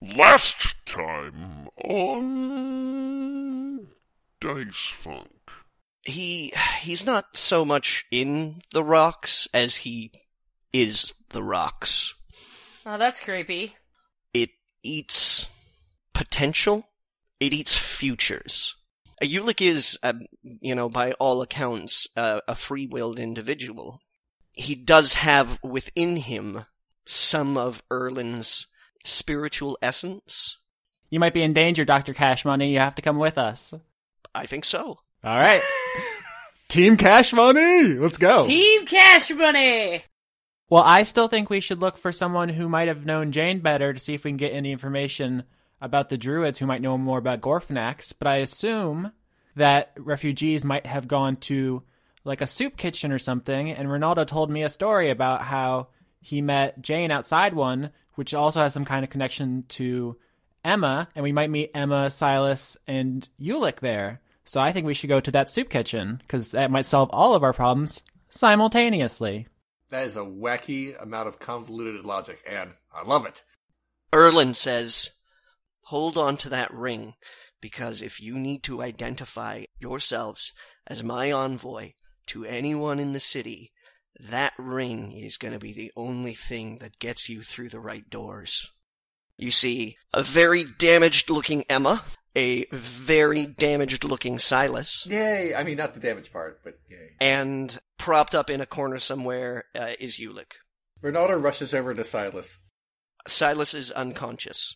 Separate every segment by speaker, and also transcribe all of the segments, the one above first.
Speaker 1: Last time on Dice Funk.
Speaker 2: he he's not so much in the rocks as he is the rocks.
Speaker 3: Oh, that's creepy.
Speaker 2: It eats potential. It eats futures. Uh, Ulick is, um, you know, by all accounts, uh, a free-willed individual. He does have within him some of Erlin's spiritual essence.
Speaker 4: You might be in danger, Dr. Cash Money. You have to come with us.
Speaker 2: I think so.
Speaker 4: All right. Team Cash Money! Let's go.
Speaker 5: Oh.
Speaker 3: Team Cash Money!
Speaker 4: well, I still think we should look for someone who might have known Jane better to see if we can get any information about the Druids who might know more about Gorfanax. But I assume that refugees might have gone to like a soup kitchen or something. And Ronaldo told me a story about how he met Jane outside one, which also has some kind of connection to Emma. And we might meet Emma, Silas, and Ulick there. So I think we should go to that soup kitchen because that might solve all of our problems simultaneously.
Speaker 5: That is a wacky amount of convoluted logic, and I love it.
Speaker 2: Erlin says, hold on to that ring, because if you need to identify yourselves as my envoy to anyone in the city, that ring is going to be the only thing that gets you through the right doors. You see a very damaged looking Emma, a very damaged looking Silas,
Speaker 5: Yay! I mean, not the damage part, but yay.
Speaker 2: and propped up in a corner somewhere uh, is Ulick.
Speaker 5: Ronaldo rushes over to Silas.
Speaker 2: Silas is unconscious.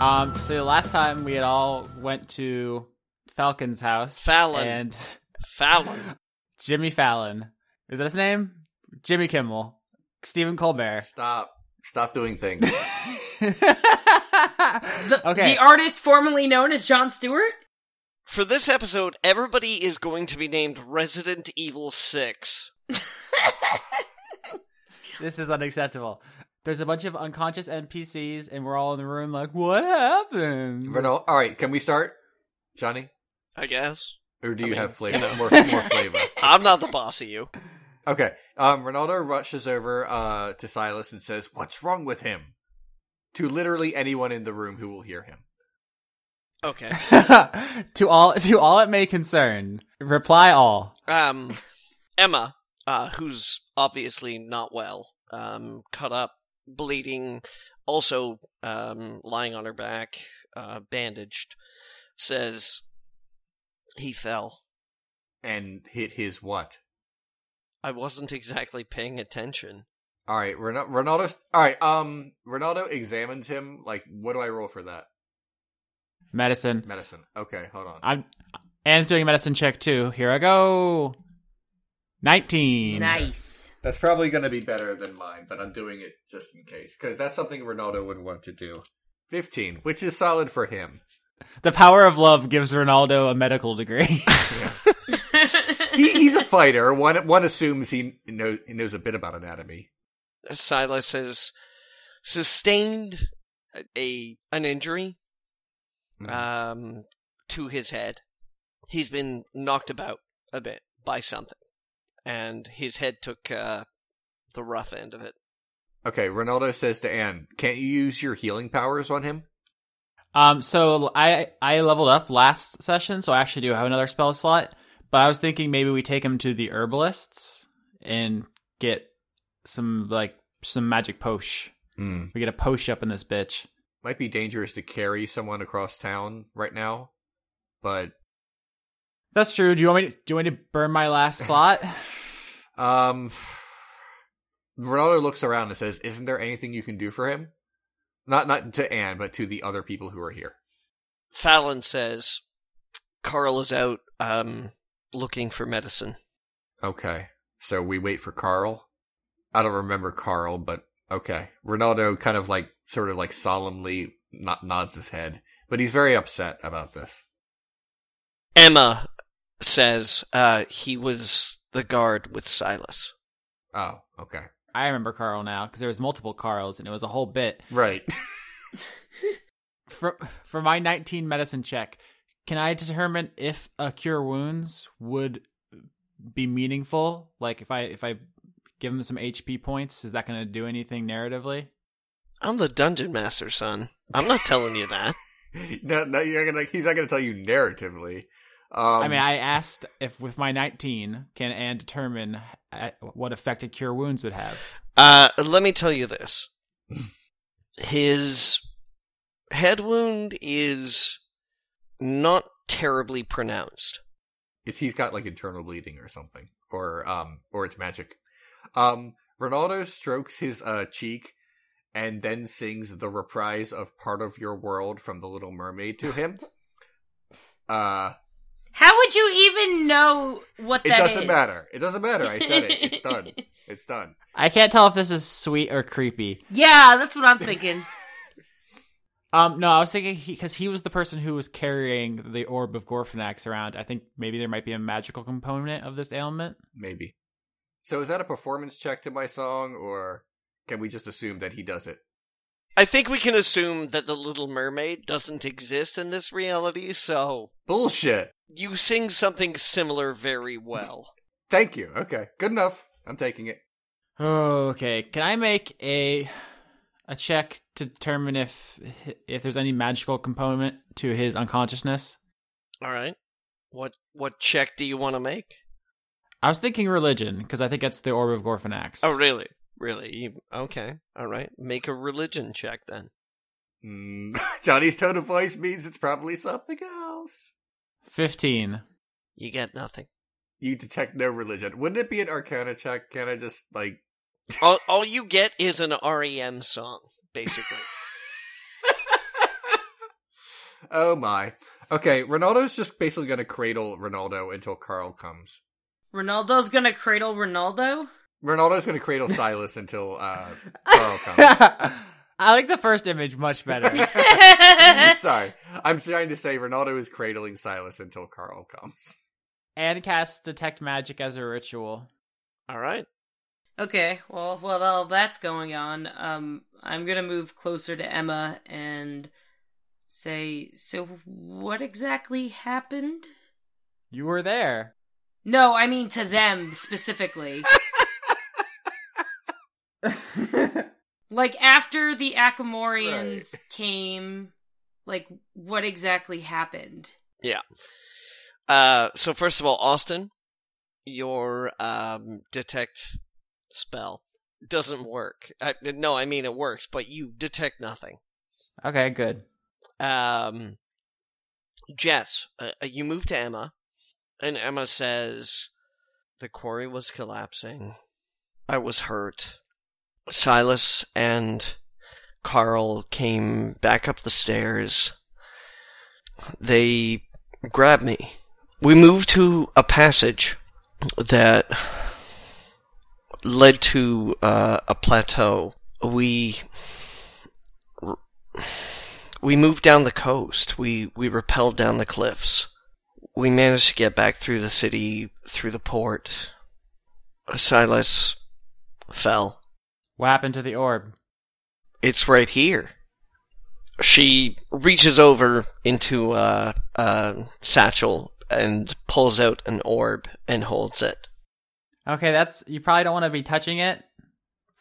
Speaker 4: Um, so the last time we had all went to Falcon's house.
Speaker 2: Fallon.
Speaker 4: And
Speaker 2: Fallon.
Speaker 4: Jimmy Fallon. Is that his name? Jimmy Kimmel. Stephen Colbert.
Speaker 5: Stop. Stop doing things.
Speaker 3: The,
Speaker 4: okay.
Speaker 3: The artist formerly known as John Stewart?
Speaker 2: For this episode, everybody is going to be named Resident Evil 6.
Speaker 4: this is unacceptable. There's a bunch of unconscious NPCs, and we're all in the room like, what happened?
Speaker 5: Ronaldo, all right, can we start? Johnny?
Speaker 2: I guess.
Speaker 5: Or do you
Speaker 2: mean,
Speaker 5: have flavor?
Speaker 2: you know.
Speaker 5: More, more flavor.
Speaker 2: I'm not the boss of you.
Speaker 5: Okay. Um, Ronaldo rushes over uh, to Silas and says, What's wrong with him? To literally anyone in the room who will hear him.
Speaker 2: Okay.
Speaker 4: to all to all it may concern. Reply all.
Speaker 2: Um, Emma, uh, who's obviously not well, um, cut up, bleeding, also um, lying on her back, uh, bandaged, says he fell.
Speaker 5: And hit his what?
Speaker 2: I wasn't exactly paying attention.
Speaker 5: All right, Ron- Ronaldo. All right, um, Ronaldo examines him. Like, what do I roll for that?
Speaker 4: Medicine.
Speaker 5: Medicine. Okay, hold on.
Speaker 4: I'm answering a medicine check too. Here I go. Nineteen.
Speaker 3: Nice.
Speaker 5: That's probably going to be better than mine, but I'm doing it just in case because that's something Ronaldo would want to do. Fifteen, which is solid for him.
Speaker 4: The power of love gives Ronaldo a medical degree.
Speaker 5: He, he's a fighter. One one assumes he knows he knows a bit about anatomy.
Speaker 2: Silas has sustained a an injury
Speaker 5: Mhm.
Speaker 2: um, to his head. He's been knocked about a bit by something, and his head took uh, the rough end of it.
Speaker 5: Okay, Ronaldo says to Anne, "Can't you use your healing powers on him?"
Speaker 4: um, so I I leveled up last session, so I actually do have another spell slot. But I was thinking maybe we take him to the herbalists and get some like some magic posh.
Speaker 5: Hmm.
Speaker 4: We get a posh up in this bitch.
Speaker 5: Might be dangerous to carry someone across town right now, but
Speaker 4: That's true. Do you want me? To, do you want me to burn my last slot?
Speaker 5: Um, Ronaldo looks around and says, "Isn't there anything you can do for him? Not not to Anne, but to the other people who are here."
Speaker 2: Fallon says, "Carl is out um, looking for medicine."
Speaker 5: Okay, so we wait for Carl. I don't remember Carl, but okay. Ronaldo kind of like, sort of like solemnly not nods his head, but he's very upset about this.
Speaker 2: Emma says uh, he was the guard with Silas.
Speaker 5: Oh, okay,
Speaker 4: I remember Carl now because there was multiple Carls and it was a whole bit.
Speaker 5: right.
Speaker 4: for for my 19 medicine check, can I determine if a cure wounds would be meaningful? Like if I if I give him some HP points, is that going to do anything narratively?
Speaker 2: I'm the dungeon master, son. I'm not telling you that.
Speaker 5: no, no, you're gonna. He's not gonna tell you narratively. Um,
Speaker 4: I mean, I asked if with my 19 can Anne determine uh, what effect a cure wounds would have.
Speaker 2: Uh, let me tell you this. His head wound is not terribly pronounced.
Speaker 5: it's he's got like internal bleeding or something or um or it's magic um ronaldo strokes his uh cheek and then sings the reprise of part of your world from the little mermaid to him uh
Speaker 3: How would you even know what
Speaker 5: it
Speaker 3: that
Speaker 5: doesn't
Speaker 3: is?
Speaker 5: matter it doesn't matter i said it it's done it's done
Speaker 4: I can't tell if this is sweet or creepy.
Speaker 3: Yeah, that's what I'm thinking.
Speaker 4: Um, no, I was thinking because he, was the person who was carrying the orb of Gorfanax around. I think maybe there might be a magical component of this ailment.
Speaker 5: maybe so is that a performance check to my song or can we just assume that he does it
Speaker 2: I think we can assume that the Little Mermaid doesn't exist in this reality, so
Speaker 5: bullshit
Speaker 2: you sing something similar very well.
Speaker 5: thank you okay good enough i'm taking it
Speaker 4: Okay, can I make a a check to determine if if there's any magical component to his unconsciousness?
Speaker 2: All right. What what check do you want to make?
Speaker 4: I was thinking religion because I think that's the orb of Gorfanax.
Speaker 2: Oh, really? Really? You, okay. All right. Make a religion check then.
Speaker 5: Mm, Johnny's tone of voice means it's probably something else.
Speaker 4: Fifteen.
Speaker 2: You get nothing.
Speaker 5: You detect no religion. Wouldn't it be an arcana check? Can I just, like,
Speaker 2: All all you get is an REM song, basically.
Speaker 5: oh my. Okay, Ronaldo's just basically going to cradle Ronaldo until Carl comes.
Speaker 3: Ronaldo's gonna cradle Ronaldo?
Speaker 5: Ronaldo's going to cradle Silas until uh,
Speaker 2: Oh,
Speaker 5: Carl comes.
Speaker 4: I like the first image much better.
Speaker 5: Sorry. I'm trying to say Ronaldo is cradling Silas until Carl comes.
Speaker 4: and casts detect magic as a ritual.
Speaker 2: all right.
Speaker 3: okay, well, while all that's going on, um, I'm gonna move closer to Emma and say, so what exactly happened?
Speaker 4: You were there.
Speaker 3: No, I mean to them specifically. like after the Akamorians came, like what exactly happened?
Speaker 2: Uh, so first of all, Austin, your um, detect spell doesn't work. Uh, no, I mean it works, but you detect nothing.
Speaker 4: Okay, good.
Speaker 2: Um, Jess, uh, you move to Emma, and Emma says, "The quarry was collapsing. I was hurt." Silas and Carl came back up the stairs. They grabbed me. We moved to a passage that led to uh, a plateau. We we moved down the coast. We we rappelled down the cliffs. We managed to get back through the city, through the port. Silas fell.
Speaker 4: What happened to the orb?
Speaker 2: It's right here. She reaches over into a, a satchel and pulls out an orb and holds it.
Speaker 4: Okay, that's you probably don't want to be touching it.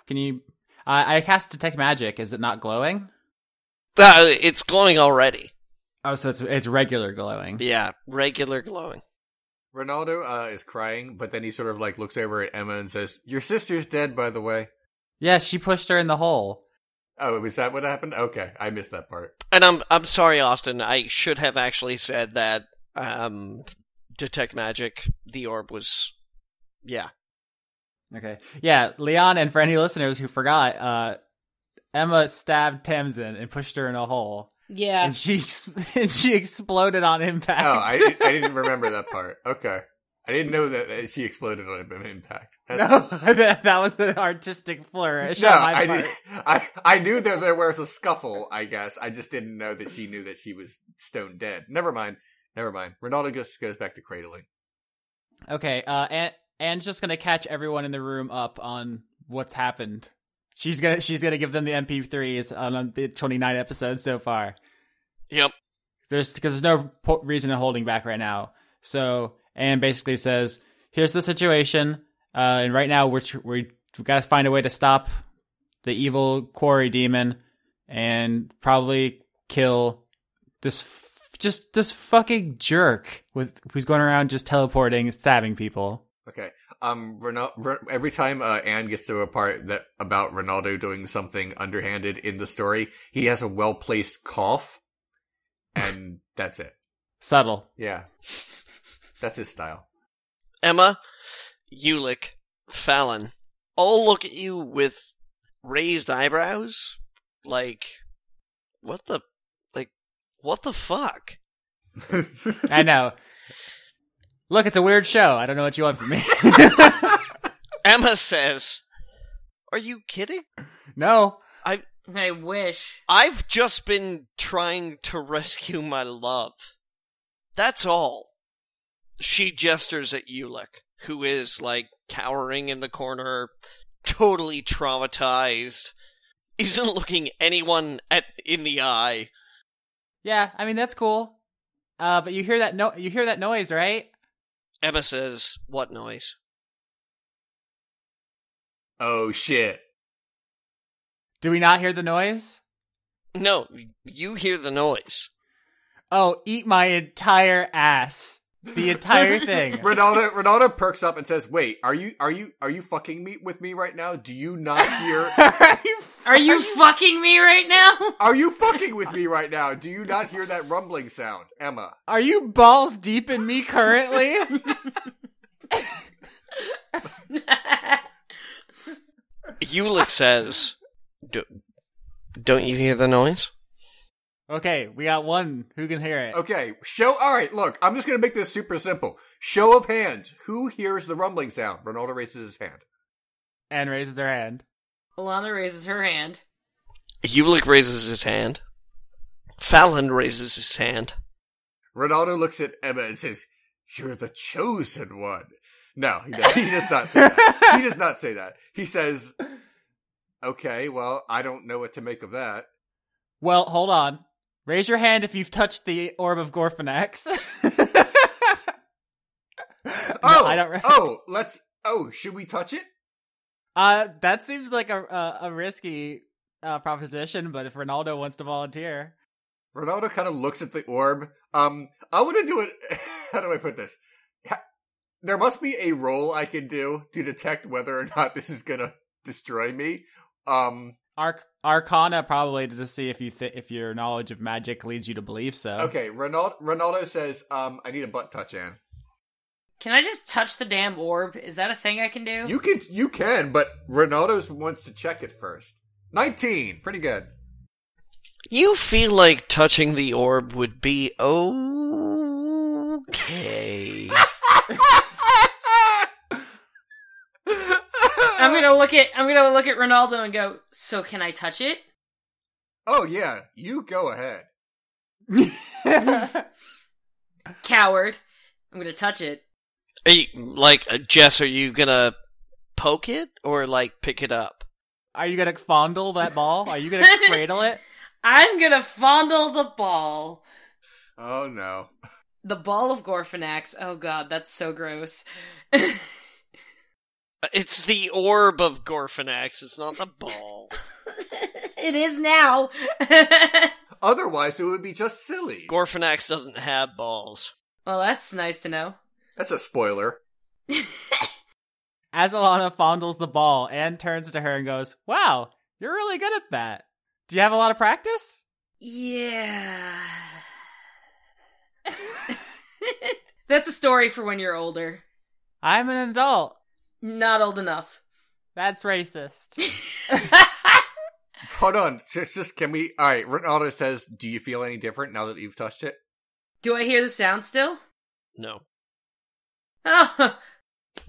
Speaker 4: Can you? Uh, I cast detect magic. Is it not glowing?
Speaker 2: Uh, it's glowing already.
Speaker 4: Oh, so it's it's regular glowing.
Speaker 2: Yeah, regular glowing.
Speaker 5: Ronaldo uh, is crying, but then he sort of, like, looks over at Emma and says, Your sister's dead, by the way.
Speaker 4: Yeah, she pushed her in the hole.
Speaker 5: Oh, was that what happened? Okay, I missed that part.
Speaker 2: And I'm I'm sorry, Austin. I should have actually said that. Um, detect magic. The orb was, yeah.
Speaker 4: Okay, yeah, Leon, and for any listeners who forgot, uh, Emma stabbed Tamsin and pushed her in a hole,
Speaker 3: Yeah.
Speaker 4: and she ex- and she exploded on impact.
Speaker 5: Oh, I, I didn't remember that part. Okay. I didn't know that, that she exploded on an impact. That's-
Speaker 4: no, that, that was an artistic flourish.
Speaker 5: No,
Speaker 4: on my
Speaker 5: I,
Speaker 4: part.
Speaker 5: did, I I knew that there was a scuffle, I guess. I just didn't know that she knew that she was stone dead. Never mind. Never mind. Ronaldo just goes back to cradling.
Speaker 4: Okay, uh, and Anne's just gonna catch everyone in the room up on what's happened. She's gonna she's gonna give them the MP3s on the 29 episodes so far.
Speaker 2: Yep.
Speaker 4: There's because there's no po- reason to holding back right now. So Anne basically says, "Here's the situation, uh, and right now we're tr- we we got to find a way to stop the evil quarry demon, and probably kill this f- just this fucking jerk with who's going around just teleporting, and stabbing people."
Speaker 5: Okay. Um, Ronaldo, every time uh, Anne gets to a part that about Ronaldo doing something underhanded in the story, he has a well placed cough, and that's it.
Speaker 4: Subtle.
Speaker 5: Yeah, that's his style.
Speaker 2: Emma, Ulick, Fallon all look at you with raised eyebrows, like, what the, like, what the fuck?
Speaker 4: I know. Look, it's a weird show. I don't know what you want from me.
Speaker 2: Emma says, "Are you kidding?
Speaker 4: no.
Speaker 3: I wish.
Speaker 2: I've just been trying to rescue my love. That's all." She gestures at Ulick, who is like cowering in the corner, totally traumatized. Isn't looking anyone at in the eye.
Speaker 4: Yeah, I mean that's cool. Uh, but you hear that no, you hear that noise, right?
Speaker 2: Emma says, "What noise?"
Speaker 5: oh shit!
Speaker 4: Do we not hear the noise?
Speaker 2: No, you hear the noise.
Speaker 4: Oh, eat my entire ass, the entire thing.
Speaker 5: Ronaldo Ronaldo perks up and says, "Wait, are you are you are you fucking me with me right now? Do you not hear?
Speaker 4: Are you f-
Speaker 3: Are you fucking me right now?
Speaker 5: are you fucking with me right now? Do you not hear that rumbling sound, Emma?
Speaker 4: Are you balls deep in me currently?
Speaker 2: Ulick says, Do- "Don't you hear the noise?"
Speaker 4: okay, we got one who can hear it.
Speaker 5: Okay, show. All right, look, I'm just gonna make this super simple. Show of hands. Who hears the rumbling sound? Ronaldo raises his hand.
Speaker 4: And raises her hand.
Speaker 3: Alana raises her hand.
Speaker 2: Ulick raises his hand. Fallon raises his hand.
Speaker 5: Ronaldo looks at Emma and says, "You're the chosen one." No, he does, he does not say that. He does not say that. He says, "Okay, well, I don't know what to make of that."
Speaker 4: Well, hold on. Raise your hand if you've touched the orb of Gorfanax. No,
Speaker 5: Oh,
Speaker 4: I don't. re-
Speaker 5: oh, let's. Oh, should we touch it?
Speaker 4: Uh, that seems like a a, a risky uh, proposition, but if Ronaldo wants to volunteer,
Speaker 5: Ronaldo kind of looks at the orb. Um, I want to do it. How do I put this? Ha- There must be a roll I can do to detect whether or not this is gonna destroy me. Um,
Speaker 4: Arc- Arcana probably to see if you th- if your knowledge of magic leads you to believe so.
Speaker 5: okay. Ronaldo Ronaldo says, "Um, I need a butt touch, Anne."
Speaker 3: Can I just touch the damn orb? Is that a thing I can do?
Speaker 5: You can, you can, but Ronaldo's wants to check it first. Nineteen, pretty good.
Speaker 2: You feel like touching the orb would be okay.
Speaker 3: I'm gonna look at I'm gonna look at Ronaldo and go. So can I touch it?
Speaker 5: oh yeah, you go ahead.
Speaker 3: Coward. I'm gonna touch it.
Speaker 2: Are you- like, uh, Jess, are you gonna poke it or like pick it up?
Speaker 4: Are you gonna fondle that ball? Are you gonna cradle it?
Speaker 3: I'm gonna fondle the ball.
Speaker 5: Oh no.
Speaker 3: The ball of Gorfanax. Oh god, that's so gross.
Speaker 2: Uh, It's the orb of Gorfanax. It's not the ball.
Speaker 3: it is now.
Speaker 5: Otherwise, it would be just silly.
Speaker 2: Gorfanax doesn't have balls.
Speaker 3: well, that's nice to know.
Speaker 5: That's a spoiler.
Speaker 4: As Alana fondles the ball, Anne turns to her and goes, "Wow, you're really good at that. Do you have a lot of practice?"
Speaker 3: Yeah. that's a story for when you're older.
Speaker 4: I'm an adult.
Speaker 3: Not old enough.
Speaker 4: That's racist.
Speaker 5: Hold on, just, just can we? All right, Ronaldo says, "Do you feel any different now that you've touched it?"
Speaker 3: Do I hear the sound still?
Speaker 2: No.
Speaker 3: Oh,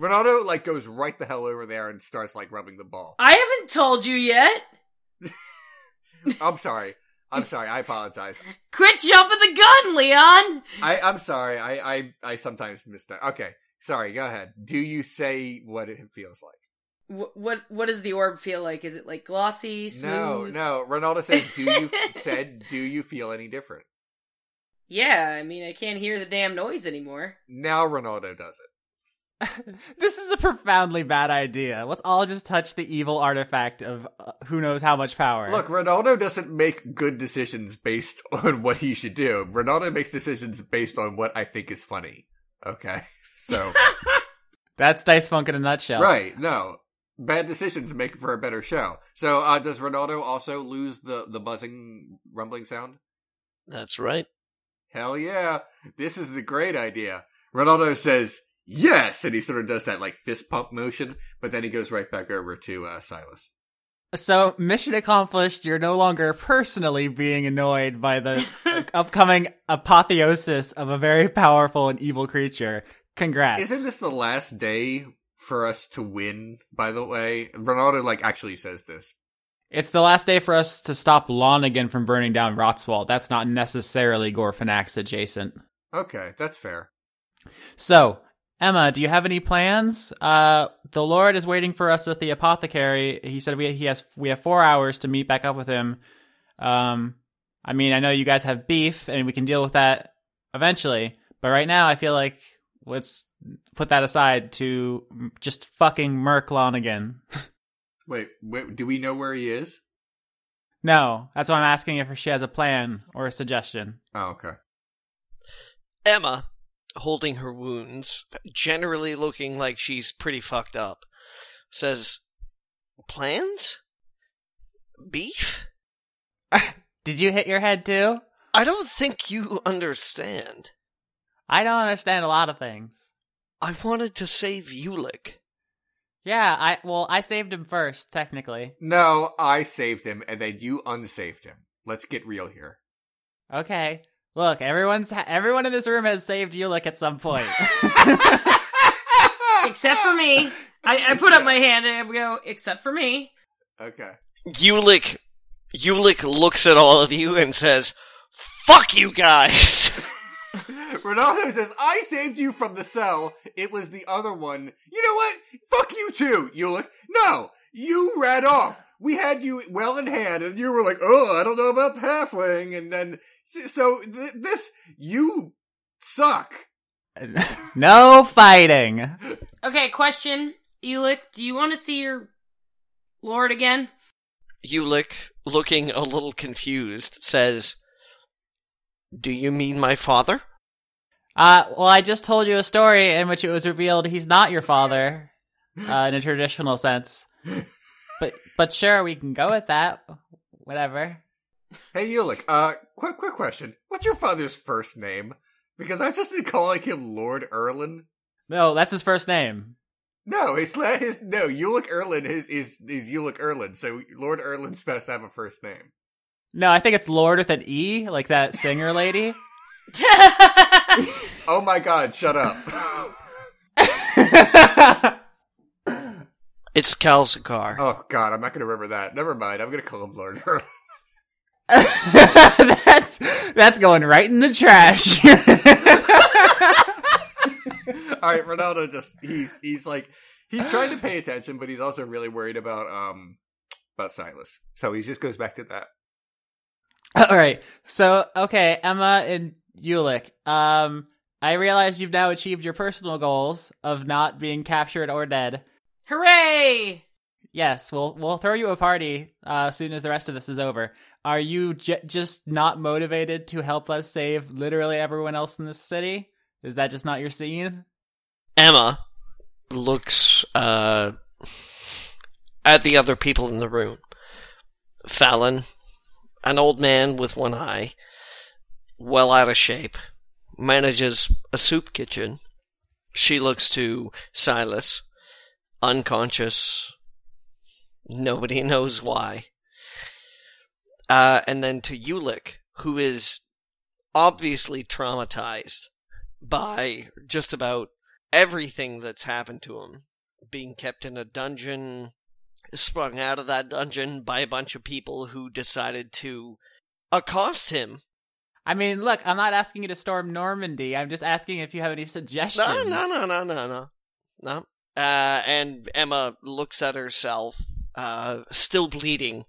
Speaker 5: Ronaldo like goes right the hell over there and starts like rubbing the ball.
Speaker 3: I haven't told you yet.
Speaker 5: I'm sorry. I'm sorry. I apologize.
Speaker 3: Quit jumping the gun, Leon.
Speaker 5: I, I'm sorry. I, I, I sometimes miss that. Okay. Sorry. Go ahead. Do you say what it feels like?
Speaker 3: Wh- what what does the orb feel like? Is it like glossy, smooth?
Speaker 5: No, no. Ronaldo says, "Do you said? Do you feel any different?"
Speaker 3: Yeah, I mean, I can't hear the damn noise anymore.
Speaker 5: Now Ronaldo does it.
Speaker 4: this is a profoundly bad idea. Let's all just touch the evil artifact of uh, who knows how much power.
Speaker 5: Look, Ronaldo doesn't make good decisions based on what he should do. Ronaldo makes decisions based on what I think is funny. Okay. So,
Speaker 4: that's Dice Funk in a nutshell.
Speaker 5: right. No. Bad decisions make for a better show. So, uh, does Ronaldo also lose the, the buzzing, rumbling sound?
Speaker 2: That's right.
Speaker 5: Hell yeah. This is a great idea. Ronaldo says, yes. And he sort of does that like fist pump motion, but then he goes right back over to uh, Silas.
Speaker 4: So, mission accomplished. You're no longer personally being annoyed by the upcoming apotheosis of a very powerful and evil creature. Congrats.
Speaker 5: Isn't this the last day for us to win, by the way? Ronaldo like actually says this.
Speaker 4: It's the last day for us to stop Lonigan from burning down Rotswald. That's not necessarily Gorfanax adjacent.
Speaker 5: Okay, that's fair.
Speaker 4: So, Emma, do you have any plans? Uh, the Lord is waiting for us at the apothecary. He said we he has we have four hours to meet back up with him. Um, I mean, I know you guys have beef, and we can deal with that eventually. But right now, I feel like let's put that aside to m- just fucking murk Lonigan.
Speaker 5: Wait, wait, do we know where he is?
Speaker 4: no, that's why I'm asking if she has a plan or a suggestion.
Speaker 5: Oh, okay.
Speaker 2: Emma, holding her wounds, generally looking like she's pretty fucked up, says, Plans? Beef?
Speaker 4: Did you hit your head too?
Speaker 2: I don't think you understand.
Speaker 4: I don't understand a lot of things.
Speaker 2: I wanted to save Ulick.
Speaker 4: Yeah, I well, I saved him first, technically.
Speaker 5: No, I saved him, and then you unsaved him. Let's get real here.
Speaker 4: Okay. Look, everyone's everyone in this room has saved Ulick at some point.
Speaker 3: Except for me. I, I put up my hand and I go, except for me.
Speaker 5: Okay.
Speaker 2: Ulick, Ulick looks at all of you and says, Fuck you guys!
Speaker 5: Ronaldo says, I saved you from the cell. It was the other one. You know what? Fuck you too. You look, no, you ran off. We had you well in hand and you were like, oh, I don't know about the halfling. And then, so th- this, you suck.
Speaker 4: no fighting.
Speaker 3: Okay, question. Ulick, do you want to see your lord again?
Speaker 2: Ulick, looking a little confused, says, Do you mean my father?
Speaker 4: Uh, well, I just told you a story in which it was revealed he's not your father, uh, in a traditional sense. But but sure, we can go with that. Whatever.
Speaker 5: Hey, Ulick, uh, quick, quick question. What's your father's first name? Because I've just been calling him Lord Erlin.
Speaker 4: No, that's his first name.
Speaker 5: No, his, la- his no, Ulick Erlin is, is, is Ulick Erlin. So Lord Erlin's supposed to have a first name.
Speaker 4: No, I think it's Lord with an E, like that singer lady.
Speaker 5: Oh my god, shut up.
Speaker 2: It's Calcicar.
Speaker 5: oh god, I'm not gonna remember that. Never mind, I'm gonna call him Lord Erlin.
Speaker 4: that's that's going right in the trash.
Speaker 5: Alright, Ronaldo just he's he's like he's trying to pay attention, but he's also really worried about um about Silas. So he just goes back to that.
Speaker 4: All right. So, okay, Emma and Ulick. Um, I realize you've now achieved your personal goals of not being captured or dead.
Speaker 3: Hooray!
Speaker 4: Yes, we'll we'll throw you a party uh, as soon as the rest of this is over. Are you j- just not motivated to help us save literally everyone else in this city? Is that just not your scene?
Speaker 2: Emma looks uh, at the other people in the room. Fallon, an old man with one eye, well out of shape, manages a soup kitchen. She looks to Silas, unconscious. Nobody knows why. Uh, and then to Ulick, who is obviously traumatized by just about everything that's happened to him being kept in a dungeon sprung out of that dungeon by a bunch of people who decided to accost him
Speaker 4: I mean, look, I'm not asking you to storm Normandy. I'm just asking if you have any suggestions.
Speaker 2: no no no no no no no uh, and emma looks at herself uh, still bleeding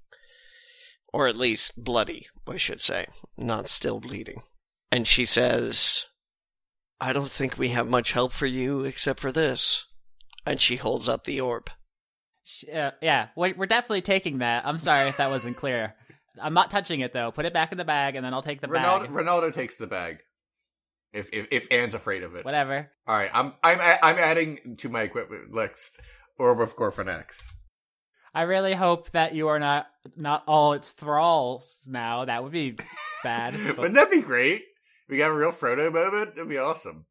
Speaker 2: or at least bloody i should say not still bleeding and she says, I don't think we have much help for you except for this. And she holds up the orb.
Speaker 4: Sh- Uh, yeah, we- we're definitely taking that. I'm sorry if that wasn't clear. I'm not touching it though. Put it back in the bag, and then I'll take the
Speaker 5: Ronaldo,
Speaker 4: bag.
Speaker 5: Ronaldo takes the bag. If if, if Anne's afraid of it,
Speaker 4: Whatever.
Speaker 5: all right. I'm I'm I'm adding to my equipment list Orb of Gorfanax.
Speaker 4: I really hope that you are not not all its thralls now. That would be bad. but-
Speaker 5: Wouldn't that be great? We got a real Frodo moment. That'd be awesome.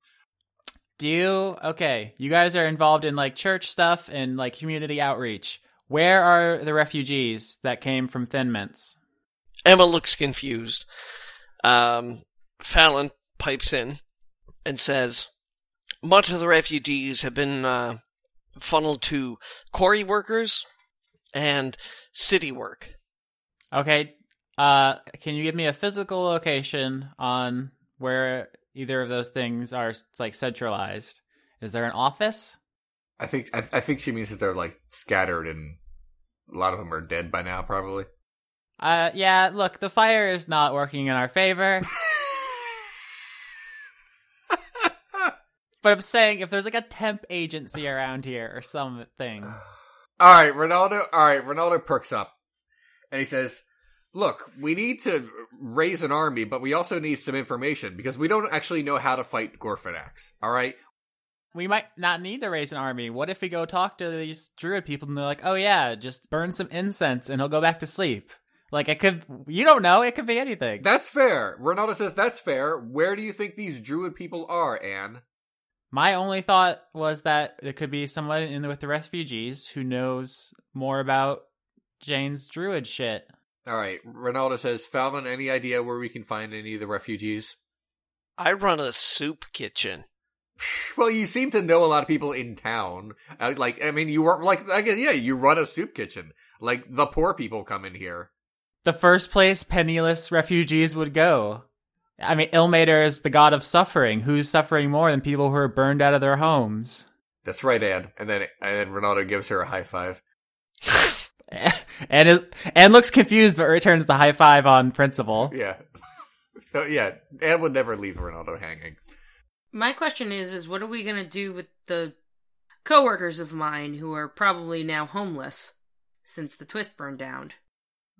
Speaker 4: Do you okay? You guys are involved in like church stuff and like community outreach. Where are the refugees that came from Thin Mints?
Speaker 2: Emma looks confused. Um, Fallon pipes in and says, Much of the refugees have been uh, funneled to quarry workers and city work.
Speaker 4: Okay, uh, can you give me a physical location on where either of those things are like centralized? Is there an office?
Speaker 5: I think I, I think she means that they're like scattered and a lot of them are dead by now, probably.
Speaker 4: Uh, yeah. Look, the fire is not working in our favor. but I'm saying if there's like a temp agency around here or something.
Speaker 5: All right, Ronaldo. All right, Ronaldo perks up, and he says, "Look, we need to raise an army, but we also need some information because we don't actually know how to fight Gorfanax. All right,
Speaker 4: we might not need to raise an army. What if we go talk to these druid people and they're like, "Oh yeah, just burn some incense and he'll go back to sleep." Like it could, you don't know. It could be anything.
Speaker 5: that's fair." Ronaldo says, "That's fair." Where do you think these Druid people are, Anne?
Speaker 4: My only thought was that it could be someone in with the refugees who knows more about Jane's druid shit.
Speaker 5: All right, Ronaldo says, "Falvin, any idea where we can find any of the refugees?"
Speaker 2: I run a soup kitchen.
Speaker 5: Well, you seem to know a lot of people in town. Uh, like, I mean, you were like, I guess, yeah, you run a soup kitchen. Like, the poor people come in here.
Speaker 4: The first place penniless refugees would go. I mean, Ilmater is the god of suffering. Who's suffering more than people who are burned out of their homes?
Speaker 5: That's right, Anne. And then and then Ronaldo gives her a high five.
Speaker 4: and is, and looks confused, but returns the high five on principle.
Speaker 5: Yeah. No, yeah, Anne would never leave Ronaldo hanging.
Speaker 3: My question is is what are we going to do with the coworkers of mine who are probably now homeless since the twist burned down?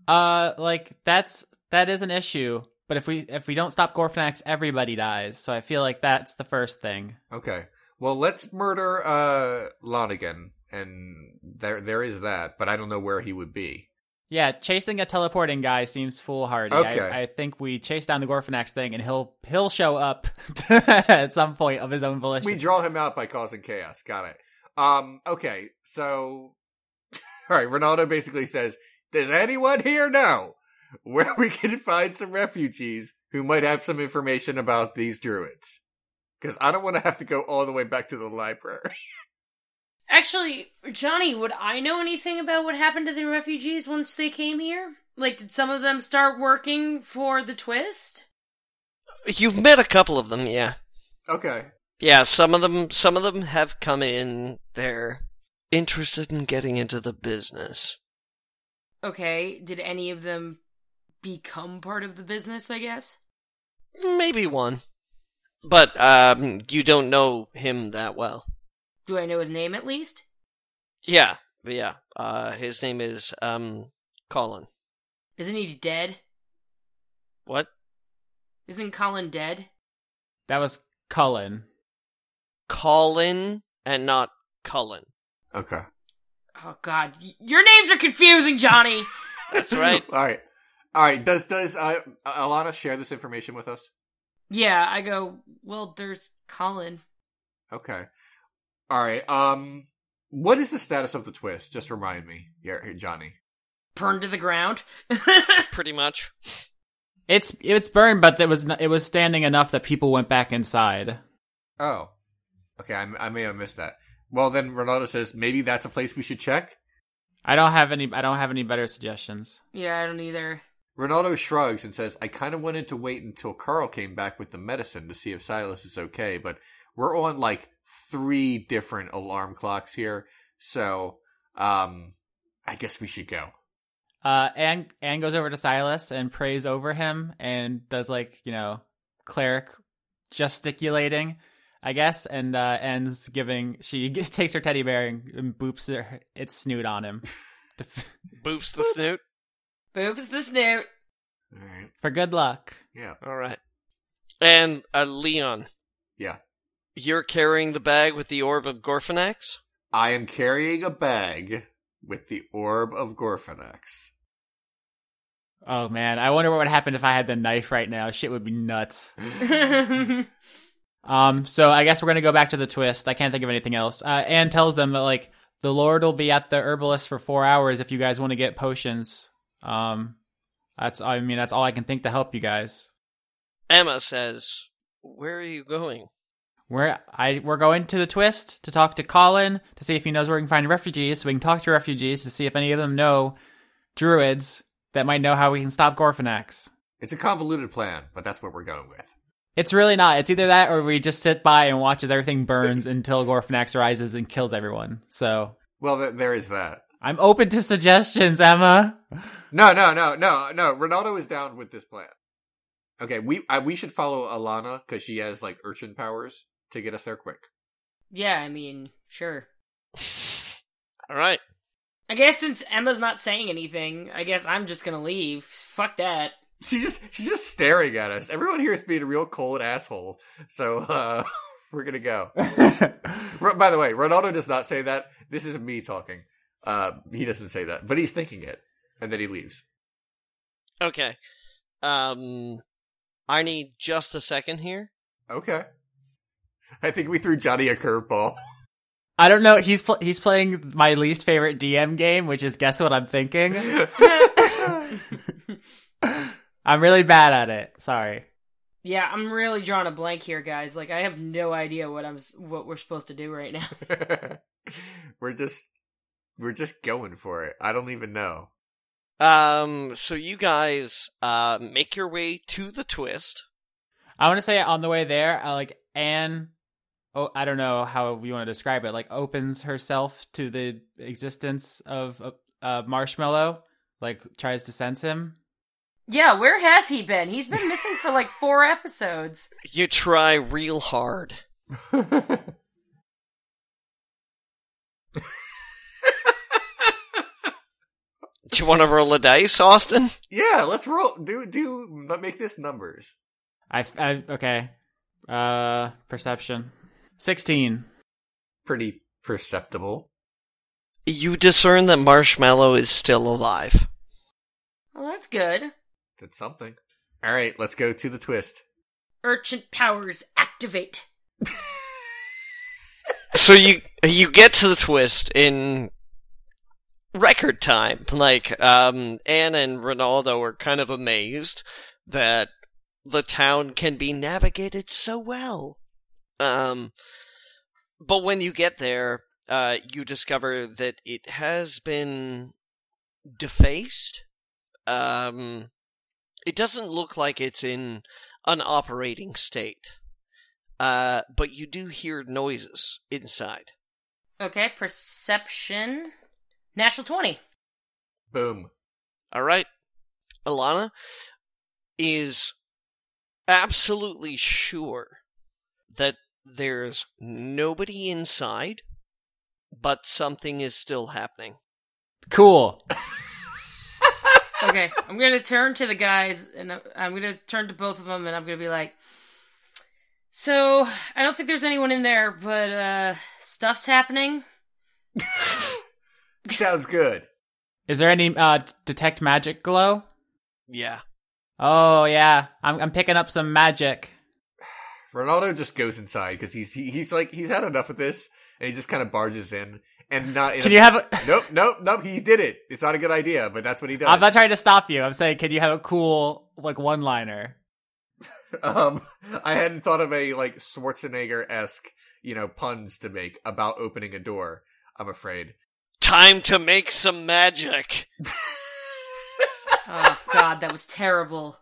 Speaker 4: Uh, like that's that is an issue. But if we if we don't stop Gorfanax, everybody dies. So I feel like that's the first thing.
Speaker 5: Okay. Well, let's murder uh Lonigan and there there is that, but I don't know where he would be.
Speaker 4: Yeah, chasing a teleporting guy seems foolhardy.
Speaker 5: Okay.
Speaker 4: I, I think we chase down the Gorfanax thing, and he'll he'll show up at some point of his own volition.
Speaker 5: We draw him out by causing chaos. Got it. Um okay. So All right, Ronaldo basically says, "Does anyone here know where we can find some refugees who might have some information about these druids?" Cuz I don't want to have to go all the way back to the library.
Speaker 3: Actually, Johnny, would I know anything about what happened to the refugees once they came here? Like did some of them start working for the twist?
Speaker 2: You've met a couple of them, yeah.
Speaker 5: Okay.
Speaker 2: Yeah, some of them some of them have come in. They're interested in getting into the business.
Speaker 3: Okay, did any of them become part of the business, I guess?
Speaker 2: Maybe one. But um you don't know him that well.
Speaker 3: Do I know his name at least?
Speaker 2: Yeah, yeah. Uh his name is um Colin.
Speaker 3: Isn't he dead?
Speaker 2: What?
Speaker 3: Isn't Colin dead?
Speaker 4: that was Cullen.
Speaker 2: Colin and not Cullen.
Speaker 5: Okay.
Speaker 3: Oh god, y- your names are confusing, Johnny.
Speaker 2: That's right.
Speaker 5: All right. All right. Does does uh, Alana share this information with us?
Speaker 3: yeah, I go, well, there's Colin.
Speaker 5: Okay. All right. Um, what is the status of the twist? Just remind me, yeah, here, Johnny.
Speaker 3: Burned to the ground.
Speaker 2: Pretty much.
Speaker 4: It's it's burned, but it was n- it was standing enough that people went back inside.
Speaker 5: Oh. Okay. I, I may have missed that. Well, then Ronaldo says maybe that's a place we should check.
Speaker 4: I don't have any I don't have any better suggestions.
Speaker 3: yeah, I don't either.
Speaker 5: Ronaldo shrugs and says, "I kind of wanted to wait until Carl came back with the medicine to see if Silas is okay, but we're on like three different alarm clocks here, so um, I guess we should go."
Speaker 4: Uh, Anne Anne goes over to Silas and prays over him and does like you know cleric gesticulating, I guess, and uh, ends giving. She g- takes her teddy bear and, and boops her, its snoot on him to,
Speaker 2: Boops the snoot.
Speaker 3: Boobs the snoot.
Speaker 5: All right.
Speaker 4: for good luck.
Speaker 5: Yeah.
Speaker 2: All right. And uh, Leon,
Speaker 5: Yeah.
Speaker 2: you're carrying the bag with the orb of Gorfanax.
Speaker 5: I am carrying a bag with the orb of Gorfanax.
Speaker 4: Oh man, I wonder what would happen if I had the knife right now. Shit would be nuts. Um, so I guess we're gonna go back to the twist. I can't think of anything else. Uh, Anne tells them that like the Lord will be at the herbalist for four hours if you guys want to get potions. Um, that's I mean that's all I can think to help you guys.
Speaker 2: Emma says, "Where are you going?"
Speaker 4: We're I we're going to the twist to talk to Colin to see if he knows where we can find refugees, so we can talk to refugees to see if any of them know druids that might know how we can stop Gorfanax.
Speaker 5: It's a convoluted plan, but that's what we're going with.
Speaker 4: It's really not. It's either that or we just sit by and watch as everything burns until Gorfanax rises and kills everyone. So
Speaker 5: Well, th- there is that.
Speaker 4: I'm open to suggestions, Emma.
Speaker 5: No, no, no, no, no. Ronaldo is down with this plan. Okay, we I, we should follow Alana because she has like urchin powers to get us there quick.
Speaker 3: yeah, I mean, sure.
Speaker 2: All right.
Speaker 3: I guess since Emma's not saying anything, I guess I'm just gonna leave. Fuck that.
Speaker 5: She just she's just staring at us. Everyone here is being a real cold asshole. So uh we're gonna go. Ro- By the way, Ronaldo does not say that. This is me talking. Uh, he doesn't say that, but he's thinking it, and then he leaves.
Speaker 2: Okay. Um, I need just a second here.
Speaker 5: Okay. I think we threw Johnny a curveball.
Speaker 4: I don't know. He's pl- he's playing my least favorite DM game, which is guess what I'm thinking. I'm really bad at it. Sorry.
Speaker 3: yeah, I'm really drawing a blank here, guys. Like, I have no idea what I'm s- what we're supposed to do right now.
Speaker 5: we're just we're just going for it. I don't even know.
Speaker 2: Um, so you guys uh make your way to the twist.
Speaker 4: I want to say on the way there, I like Anne. Oh, I don't know how you want to describe it. Like opens herself to the existence of uh, uh, Marshmallow. Like tries to sense him.
Speaker 3: yeah, where has he been? He's been missing for like four episodes.
Speaker 2: You try real hard. Do you want to roll a dice, Austin?
Speaker 5: yeah, let's roll. Do do let make this numbers.
Speaker 4: I, I okay. Uh, perception. Sixteen.
Speaker 5: Pretty perceptible.
Speaker 2: You discern that Marshmallow is still alive.
Speaker 3: Well, that's good.
Speaker 5: That's something. All right, let's go to the twist.
Speaker 3: Urchin powers activate.
Speaker 2: So you you get to the twist in record time. Like um Anne and Ronaldo are kind of amazed that the town can be navigated so well. Um but when you get there, uh you discover that it has been defaced. Um it doesn't look like it's in an operating state. Uh but you do hear noises inside.
Speaker 3: Okay, perception. National 20.
Speaker 5: Boom.
Speaker 2: All right. Alana is absolutely sure that there's nobody inside, but something is still happening.
Speaker 4: Cool.
Speaker 3: Okay, I'm gonna turn to the guys and I- I'm gonna turn to both of them and I'm gonna be like, so I don't think there's anyone in there, but uh, stuff's happening.
Speaker 5: Sounds good.
Speaker 4: Is there any uh, detect magic glow?
Speaker 2: Yeah.
Speaker 4: Oh yeah, I'm I'm picking up some magic.
Speaker 5: Ronaldo just goes inside because he's he, he's like he's had enough of this, and he just kind of barges in and not. In
Speaker 4: Can
Speaker 5: a-
Speaker 4: you have? A-
Speaker 5: Nope, nope, nope. He did it. It's not a good idea, but that's what he does.
Speaker 4: I'm not trying to stop you. I'm saying, can you have a cool like one liner?
Speaker 5: Um, I hadn't thought of any like Schwarzenegger esque, you know, puns to make about opening a door. I'm afraid.
Speaker 2: Time to make some magic.
Speaker 3: Oh god, that was terrible.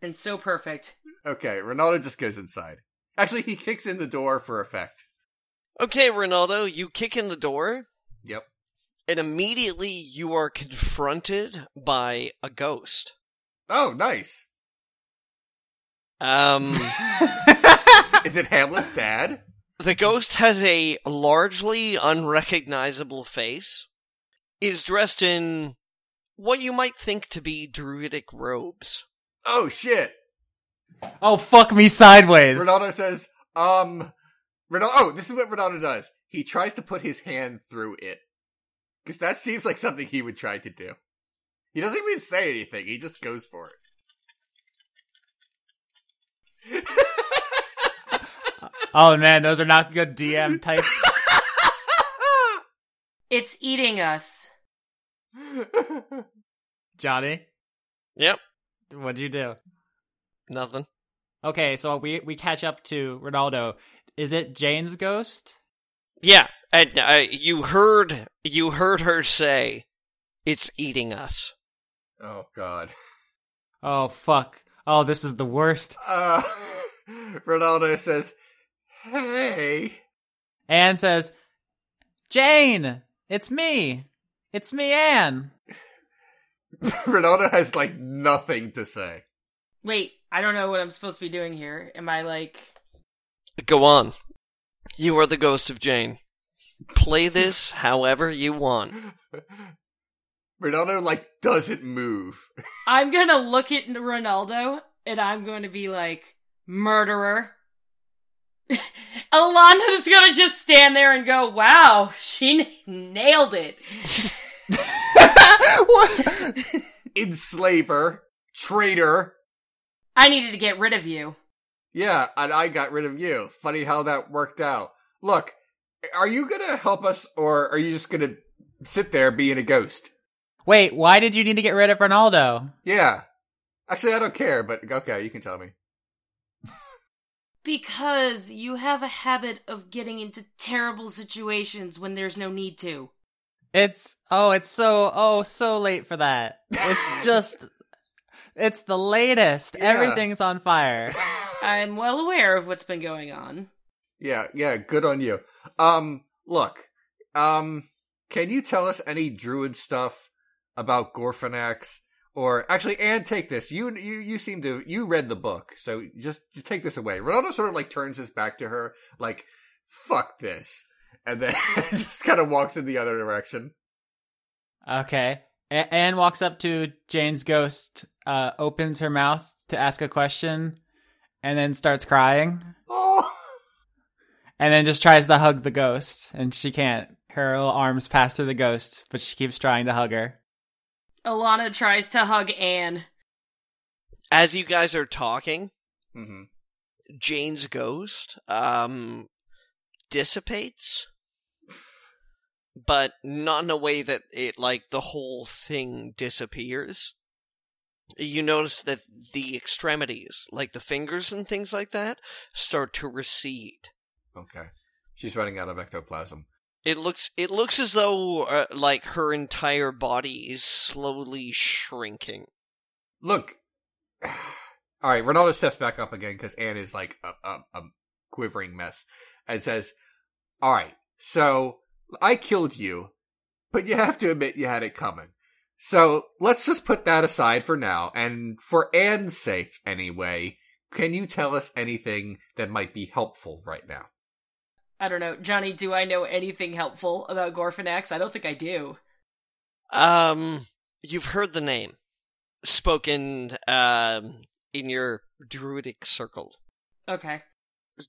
Speaker 3: And so perfect.
Speaker 5: Okay, Ronaldo just goes inside. Actually, he kicks in the door for effect.
Speaker 2: Okay, Ronaldo, you kick in the door,
Speaker 5: Yep.
Speaker 2: and immediately you are confronted by a ghost.
Speaker 5: Oh, nice.
Speaker 2: Um,
Speaker 5: Is it Hamlet's dad?
Speaker 2: the ghost has a largely unrecognizable face, is dressed in what you might think to be druidic robes.
Speaker 5: Oh shit!
Speaker 4: Oh, fuck me sideways.
Speaker 5: Ronaldo says, um, Ronaldo. Oh, this is what Ronaldo does. He tries to put his hand through it because that seems like something he would try to do. He doesn't even say anything. He just goes for it.
Speaker 4: Oh man, those are not good DM types.
Speaker 3: It's eating us.
Speaker 4: Johnny,
Speaker 2: Yep,
Speaker 4: what'd you do?
Speaker 2: nothing.
Speaker 4: Okay, so we we catch up to Ronaldo. Is it Jane's ghost?
Speaker 2: Yeah, and uh, you heard you heard her say, "It's eating us."
Speaker 5: oh god.
Speaker 4: Oh fuck. Oh, this is the worst.
Speaker 5: Uh, Ronaldo says, "Hey."
Speaker 4: Anne says, "Jane, it's me. It's me, Anne."
Speaker 5: Ronaldo has like nothing to say.
Speaker 3: Wait, I don't know what I'm supposed to be doing here. Am I like.
Speaker 2: Go on. You are the ghost of Jane. Play this however you want.
Speaker 5: Ronaldo like doesn't move.
Speaker 3: I'm gonna look at Ronaldo and I'm gonna be like, murderer. Alana's gonna just stand there and go, wow, she n- nailed it.
Speaker 5: Enslaver, traitor.
Speaker 3: I needed to get rid of you.
Speaker 5: Yeah, and I got rid of you. Funny how that worked out. Look, are you gonna help us, or are you just gonna sit there being a ghost?
Speaker 4: Wait, why did you need to get rid of Ronaldo?
Speaker 5: Yeah. Actually, I don't care, but okay, you can tell me.
Speaker 3: Because you have a habit of getting into terrible situations when there's no need to.
Speaker 4: It's oh, it's so oh, so late for that. It's just it's the latest.
Speaker 5: Yeah.
Speaker 4: Everything's on fire.
Speaker 3: I'm well aware of what's been going on.
Speaker 5: Yeah, yeah, good on you. Um, look, um, can you tell us any druid stuff about Gorfanax? Or actually, and take this. You you you seem to you read the book, so just, just take this away. Ronaldo sort of like turns his back to her, like "fuck this," and then just kind of walks in the other direction.
Speaker 4: Okay. A- Anne walks up to Jane's ghost, uh, opens her mouth to ask a question, and then starts crying,
Speaker 5: Oh,
Speaker 4: and then just tries to hug the ghost, and she can't. Her little arms pass through the ghost, but she keeps trying to hug her.
Speaker 3: Alana tries to hug Anne.
Speaker 2: As you guys are talking,
Speaker 5: hmm
Speaker 2: Jane's ghost um dissipates but not in a way that it like the whole thing disappears. You notice that the extremities, like the fingers and things like that, start to recede.
Speaker 5: okay. She's running out of ectoplasm.
Speaker 2: It looks it looks as though uh, like her entire body is slowly shrinking.
Speaker 5: Look. All right, Ronaldo steps back up again because Anne is like a, a, a quivering mess and says, All right, so I killed you, but you have to admit you had it coming. So let's just put that aside for now. And for Anne's sake, anyway, can you tell us anything that might be helpful right now?
Speaker 3: I don't know, Johnny, do I know anything helpful about Gorfanax? I don't think I do.
Speaker 2: Um, you've heard the name spoken um in your druidic circle.
Speaker 3: Okay.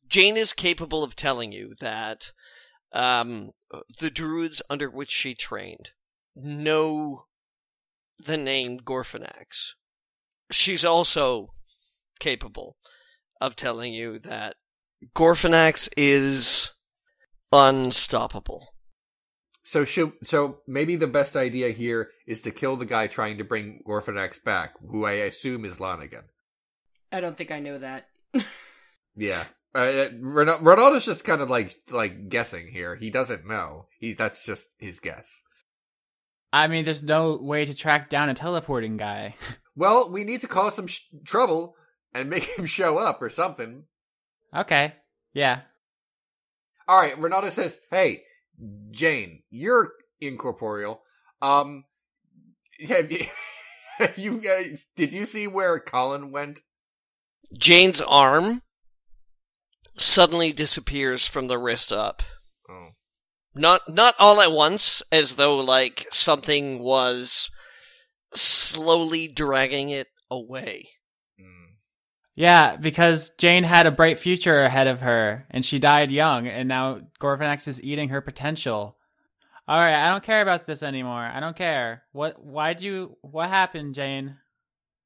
Speaker 2: Jane is capable of telling you that um, the druids under which she trained know the name Gorfanax. She's also capable of telling you that Gorfanax is unstoppable.
Speaker 5: So she, so maybe the best idea here is to kill the guy trying to bring Orphanex back, who I assume is Lonigan.
Speaker 3: I don't think I know that.
Speaker 5: Yeah. Uh, Uh, Ron- Ronaldo's just kind of like like guessing here. He doesn't know. He that's just his guess.
Speaker 4: I mean, there's no way to track down a teleporting guy.
Speaker 5: Well, we need to cause some sh- trouble and make him show up or something.
Speaker 4: okay. Yeah.
Speaker 5: All right, Ronaldo says, "Hey, Jane, you're incorporeal. Um, have you, have you guys, did you see where Colin went?
Speaker 2: Jane's arm suddenly disappears from the wrist up.
Speaker 5: Oh.
Speaker 2: Not not all at once, as though like something was slowly dragging it away.
Speaker 5: Mm.
Speaker 4: Yeah, because Jane had a bright future ahead of her, and she died young, and now Gorvanax is eating her potential. All right, I don't care about this anymore. I don't care. What? Why'd you? What happened, Jane?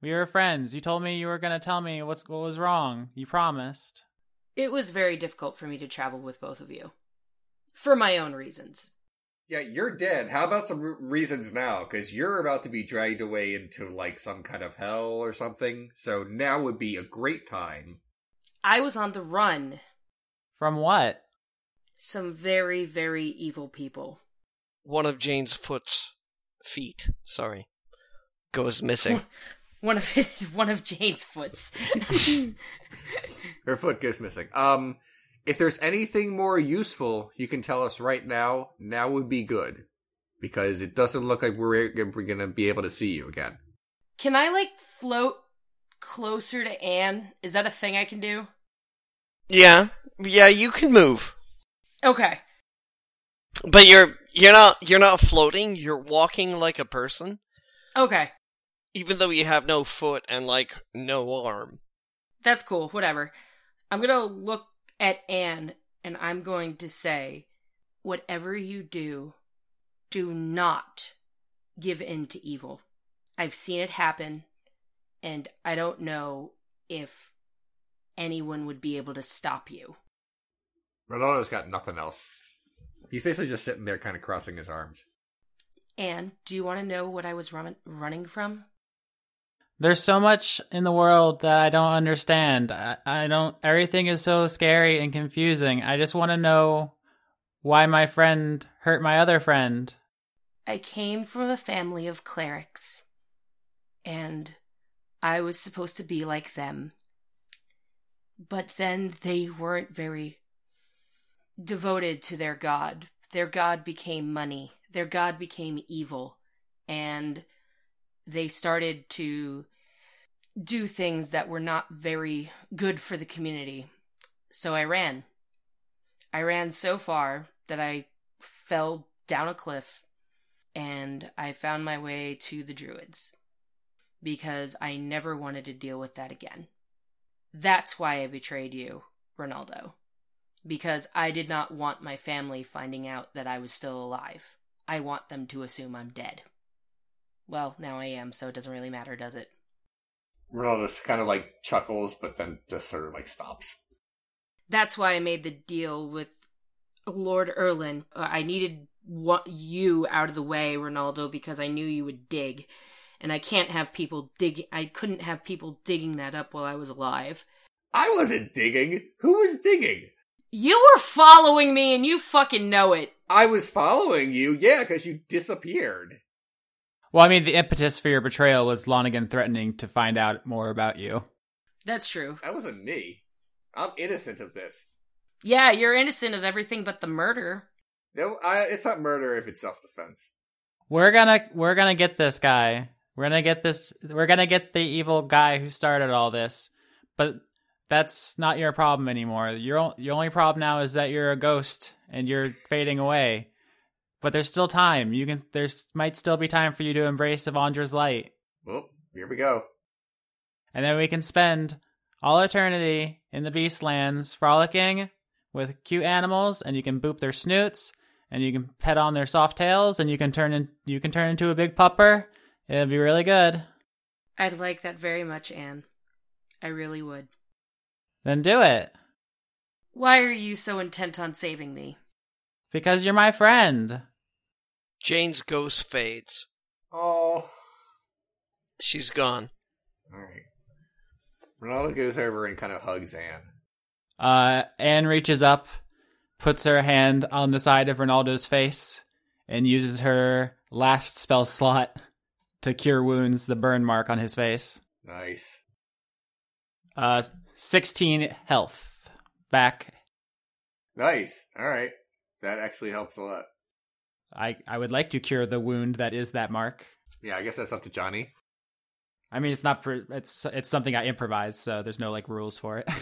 Speaker 4: We were friends. You told me you were gonna tell me what's what was wrong. You promised.
Speaker 3: It was very difficult for me to travel with both of you. For my own reasons.
Speaker 5: Yeah, you're dead. How about some re- reasons now? Because you're about to be dragged away into like some kind of hell or something. So now would be a great time.
Speaker 3: I was on the run.
Speaker 4: From what?
Speaker 3: Some very, very evil people.
Speaker 2: One of Jane's foot's feet, sorry, goes missing.
Speaker 3: One of his, one of Jane's foots.
Speaker 5: Her foot goes missing. Um, if there's anything more useful you can tell us right now, now would be good because it doesn't look like we're we're gonna be able to see you again.
Speaker 3: can I like float closer to Anne? Is that a thing I can do?
Speaker 2: yeah, yeah, you can move,
Speaker 3: Okay.
Speaker 2: but you're you're not you're not floating. You're walking like a person,
Speaker 3: Okay.
Speaker 2: even though you have no foot and like no arm.
Speaker 3: That's cool. Whatever. I'm going to look at Anne and I'm going to say whatever you do, do not give in to evil. I've seen it happen and I don't know if anyone would be able to stop you.
Speaker 5: Ronaldo's got nothing else. He's basically just sitting there, kind of crossing his arms.
Speaker 3: Anne, do you want to know what I was run- running from?
Speaker 4: There's so much in the world that I don't understand. I, I don't. Everything is so scary and confusing. I just want to know why my friend hurt my other friend.
Speaker 3: I came from a family of clerics, and I was supposed to be like them. But then they weren't very devoted to their god. Their god became money, their god became evil, and they started to do things that were not very good for the community. So I ran. I ran so far that I fell down a cliff and I found my way to the Druids because I never wanted to deal with that again. That's why I betrayed you, Ronaldo, because I did not want my family finding out that I was still alive. I want them to assume I'm dead. Well, now I am, so it doesn't really matter, does it?
Speaker 5: Ronaldo's kind of like chuckles, but then just sort of like stops.
Speaker 3: that's why I made the deal with Lord Erlin. Uh, I needed what you out of the way, Ronaldo, because I knew you would dig, and I can't have people dig. I couldn't have people digging that up while I was alive.
Speaker 5: I wasn't digging. Who was digging?
Speaker 3: You were following me, and you fucking know it.
Speaker 5: I was following you, yeah, because you disappeared.
Speaker 4: Well, I mean, the impetus for your betrayal was Lonigan threatening to find out more about you.
Speaker 3: That's true.
Speaker 5: That wasn't me. I'm innocent of this.
Speaker 3: Yeah, you're innocent of everything but the murder.
Speaker 5: No, I, it's not murder if it's self defense.
Speaker 4: We're gonna, we're gonna get this guy. We're gonna get this. We're gonna get the evil guy who started all this. But that's not your problem anymore. Your o- your only problem now is that you're a ghost and you're fading away. But there's still time. You can. There's might still be time for you to embrace Evandra's light,
Speaker 5: Well, here we go.
Speaker 4: and then we can spend all eternity in the Beastlands frolicking with cute animals, and you can boop their snoots, and you can pet on their soft tails, and you can turn in, you can turn into a big pupper. It'll be really good.
Speaker 3: I'd like that very much, Anne. I really would.
Speaker 4: Then do it
Speaker 3: Why are you so intent on saving me?
Speaker 4: because you're my friend.
Speaker 2: Jane's ghost fades.
Speaker 5: Oh.
Speaker 2: She's gone.
Speaker 5: Alright. Ronaldo goes over and kind of hugs Anne.
Speaker 4: Uh, Anne reaches up, puts her hand on the side of Ronaldo's face, and uses her last spell slot to cure wounds, the burn mark on his face.
Speaker 5: Nice.
Speaker 4: Uh, 16 health back.
Speaker 5: Nice. Alright. That actually helps a lot.
Speaker 4: I, I would like to cure the wound that is that mark.
Speaker 5: Yeah, I guess that's up to Johnny.
Speaker 4: I mean, it's not for it's it's something I improvised, so there's no like rules for it.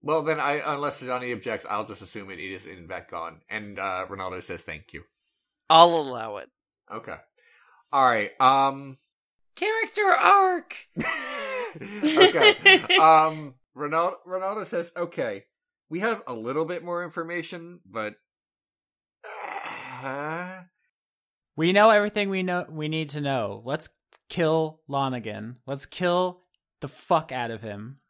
Speaker 5: Well, then, I unless Johnny objects, I'll just assume it is in fact gone. And uh, Ronaldo says thank you.
Speaker 2: I'll allow it.
Speaker 5: Okay. All right. Um.
Speaker 3: Character arc.
Speaker 5: okay. Um. Ronaldo, Ronaldo says, "Okay, we have a little bit more information, but uh,
Speaker 4: we know everything we know we need to know. Let's kill Lonigan. Let's kill the fuck out of him.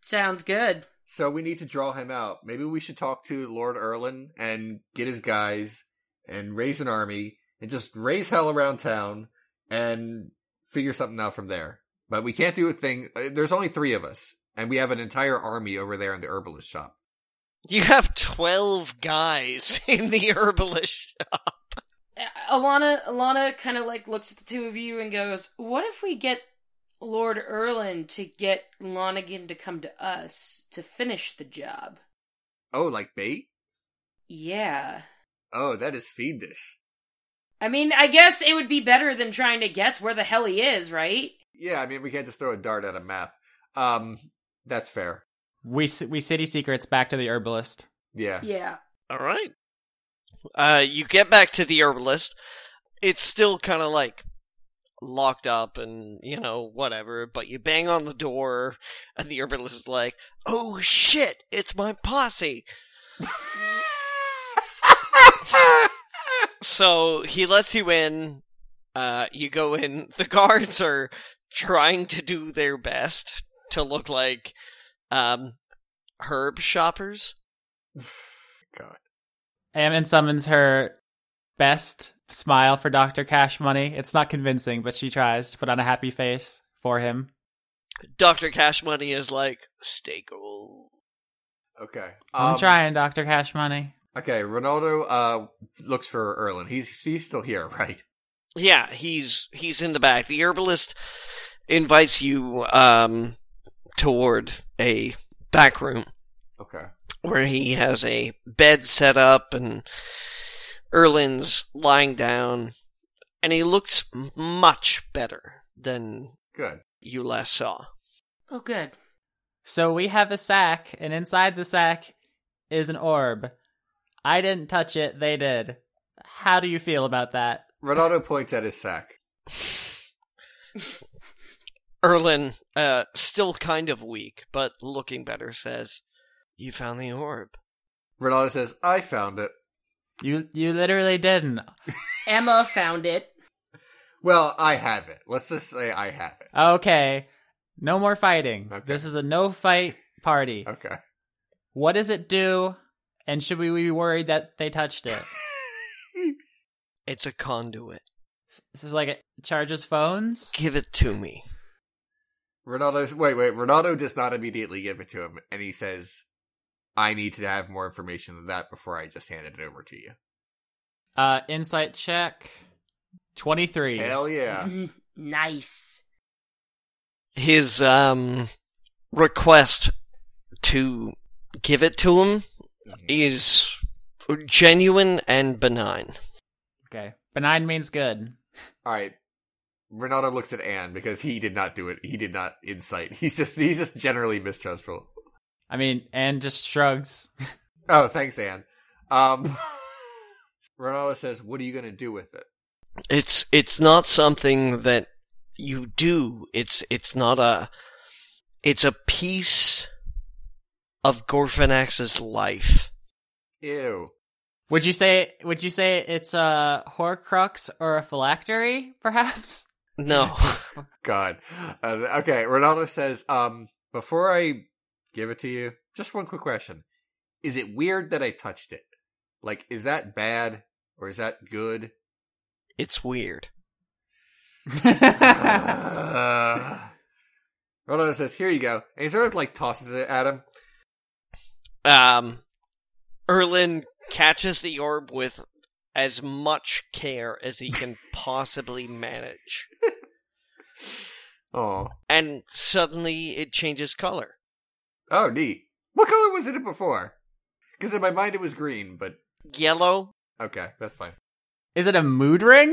Speaker 3: Sounds good.
Speaker 5: so we need to draw him out. Maybe we should talk to Lord Erlin and get his guys and raise an army and just raise hell around town and figure something out from there. But we can't do a thing. uh, There's only three of us, and we have an entire army over there in the herbalist shop.
Speaker 2: You have 12 guys in the herbalist shop.
Speaker 3: Uh, Alana Alana kind of like looks at the two of you and goes, "What if we get Lord Erlin to get Lonigan to come to us to finish the job?"
Speaker 5: Oh, like bait?
Speaker 3: Yeah.
Speaker 5: Oh, that is fiendish.
Speaker 3: I mean, I guess it would be better than trying to guess where the hell he is, right?
Speaker 5: Yeah, I mean, we can't just throw a dart at a map. Um, that's fair.
Speaker 4: We c- we city secrets back to the herbalist.
Speaker 5: Yeah.
Speaker 3: Yeah.
Speaker 2: All right. Uh, you get back to the herbalist. It's still kind of like locked up and, you know, whatever, but you bang on the door, and the herbalist is like, oh shit, it's my posse. So he lets you in. Uh, you go in. The guards are trying to do their best to look like um, herb shoppers.
Speaker 5: God.
Speaker 4: Ammon summons her best smile for Dr. Cash Money. It's not convincing, but she tries to put on a happy face for him.
Speaker 2: Dr. Cash Money is like, steak roll.
Speaker 5: Okay.
Speaker 4: I'm
Speaker 5: Um,
Speaker 4: trying, Dr. Cash Money.
Speaker 5: Okay, Ronaldo uh looks for Erlin. He's he's still here, right?
Speaker 2: Yeah, he's he's in the back. The herbalist invites you um, toward a back room.
Speaker 5: Okay.
Speaker 2: where he has a bed set up and Erlin's lying down, and he looks m- much better than
Speaker 5: Good.
Speaker 2: you last saw.
Speaker 3: Oh, good.
Speaker 4: So we have a sack, and inside the sack is an orb. I didn't touch it, they did. How do you feel about that?
Speaker 5: Ronaldo points at his sack.
Speaker 2: Erlin, uh, still kind of weak, but looking better, says, You found the orb.
Speaker 5: Ronaldo says, "I found it."
Speaker 4: You you literally didn't.
Speaker 3: Emma found it.
Speaker 5: Well, I have it. Let's just say I have it.
Speaker 4: Okay. No more fighting.
Speaker 5: Okay.
Speaker 4: This is a no fight party.
Speaker 5: Okay.
Speaker 4: What does it do? And should we be worried that they touched it?
Speaker 2: It's a conduit.
Speaker 4: This is like it charges phones.
Speaker 2: Give it to me.
Speaker 5: Ronaldo wait, wait. Ronaldo does not immediately give it to him and he says, "I need to have more information than that before I just handed it over to you."
Speaker 4: Uh, insight check. Twenty three.
Speaker 5: Hell yeah.
Speaker 3: Mm, nice.
Speaker 2: His um, request to give it to him is genuine and benign.
Speaker 4: Okay. Benign means good.
Speaker 5: All right. Ronaldo looks at Anne because he did not do it. He did not incite. He's just he's just generally mistrustful.
Speaker 4: I mean, and just shrugs.
Speaker 5: Oh, thanks, Anne. Um, Ronaldo says, "What are you going to do with it?"
Speaker 2: it's it's not something that you do it's it's not a it's a piece of Gorfanax's life
Speaker 5: Ew.
Speaker 4: Would you say? Would you say it's a Horcrux or a phylactery, perhaps?
Speaker 2: no
Speaker 5: God. Uh, okay. Ronaldo says, um, "Before I give it to you, just one quick question: Is it weird that I touched it? Like, is that bad or is that good?"
Speaker 2: it's weird
Speaker 5: Uh, Ronaldo says, "Here you go," and he sort of like tosses it at him.
Speaker 2: um erlin catches the orb with as much care as he can possibly manage
Speaker 5: Oh,
Speaker 2: and suddenly it changes color
Speaker 5: oh, neat. What color was it in before? Because in my mind it was green, but
Speaker 2: yellow
Speaker 5: okay, that's fine.
Speaker 4: Is it a mood ring?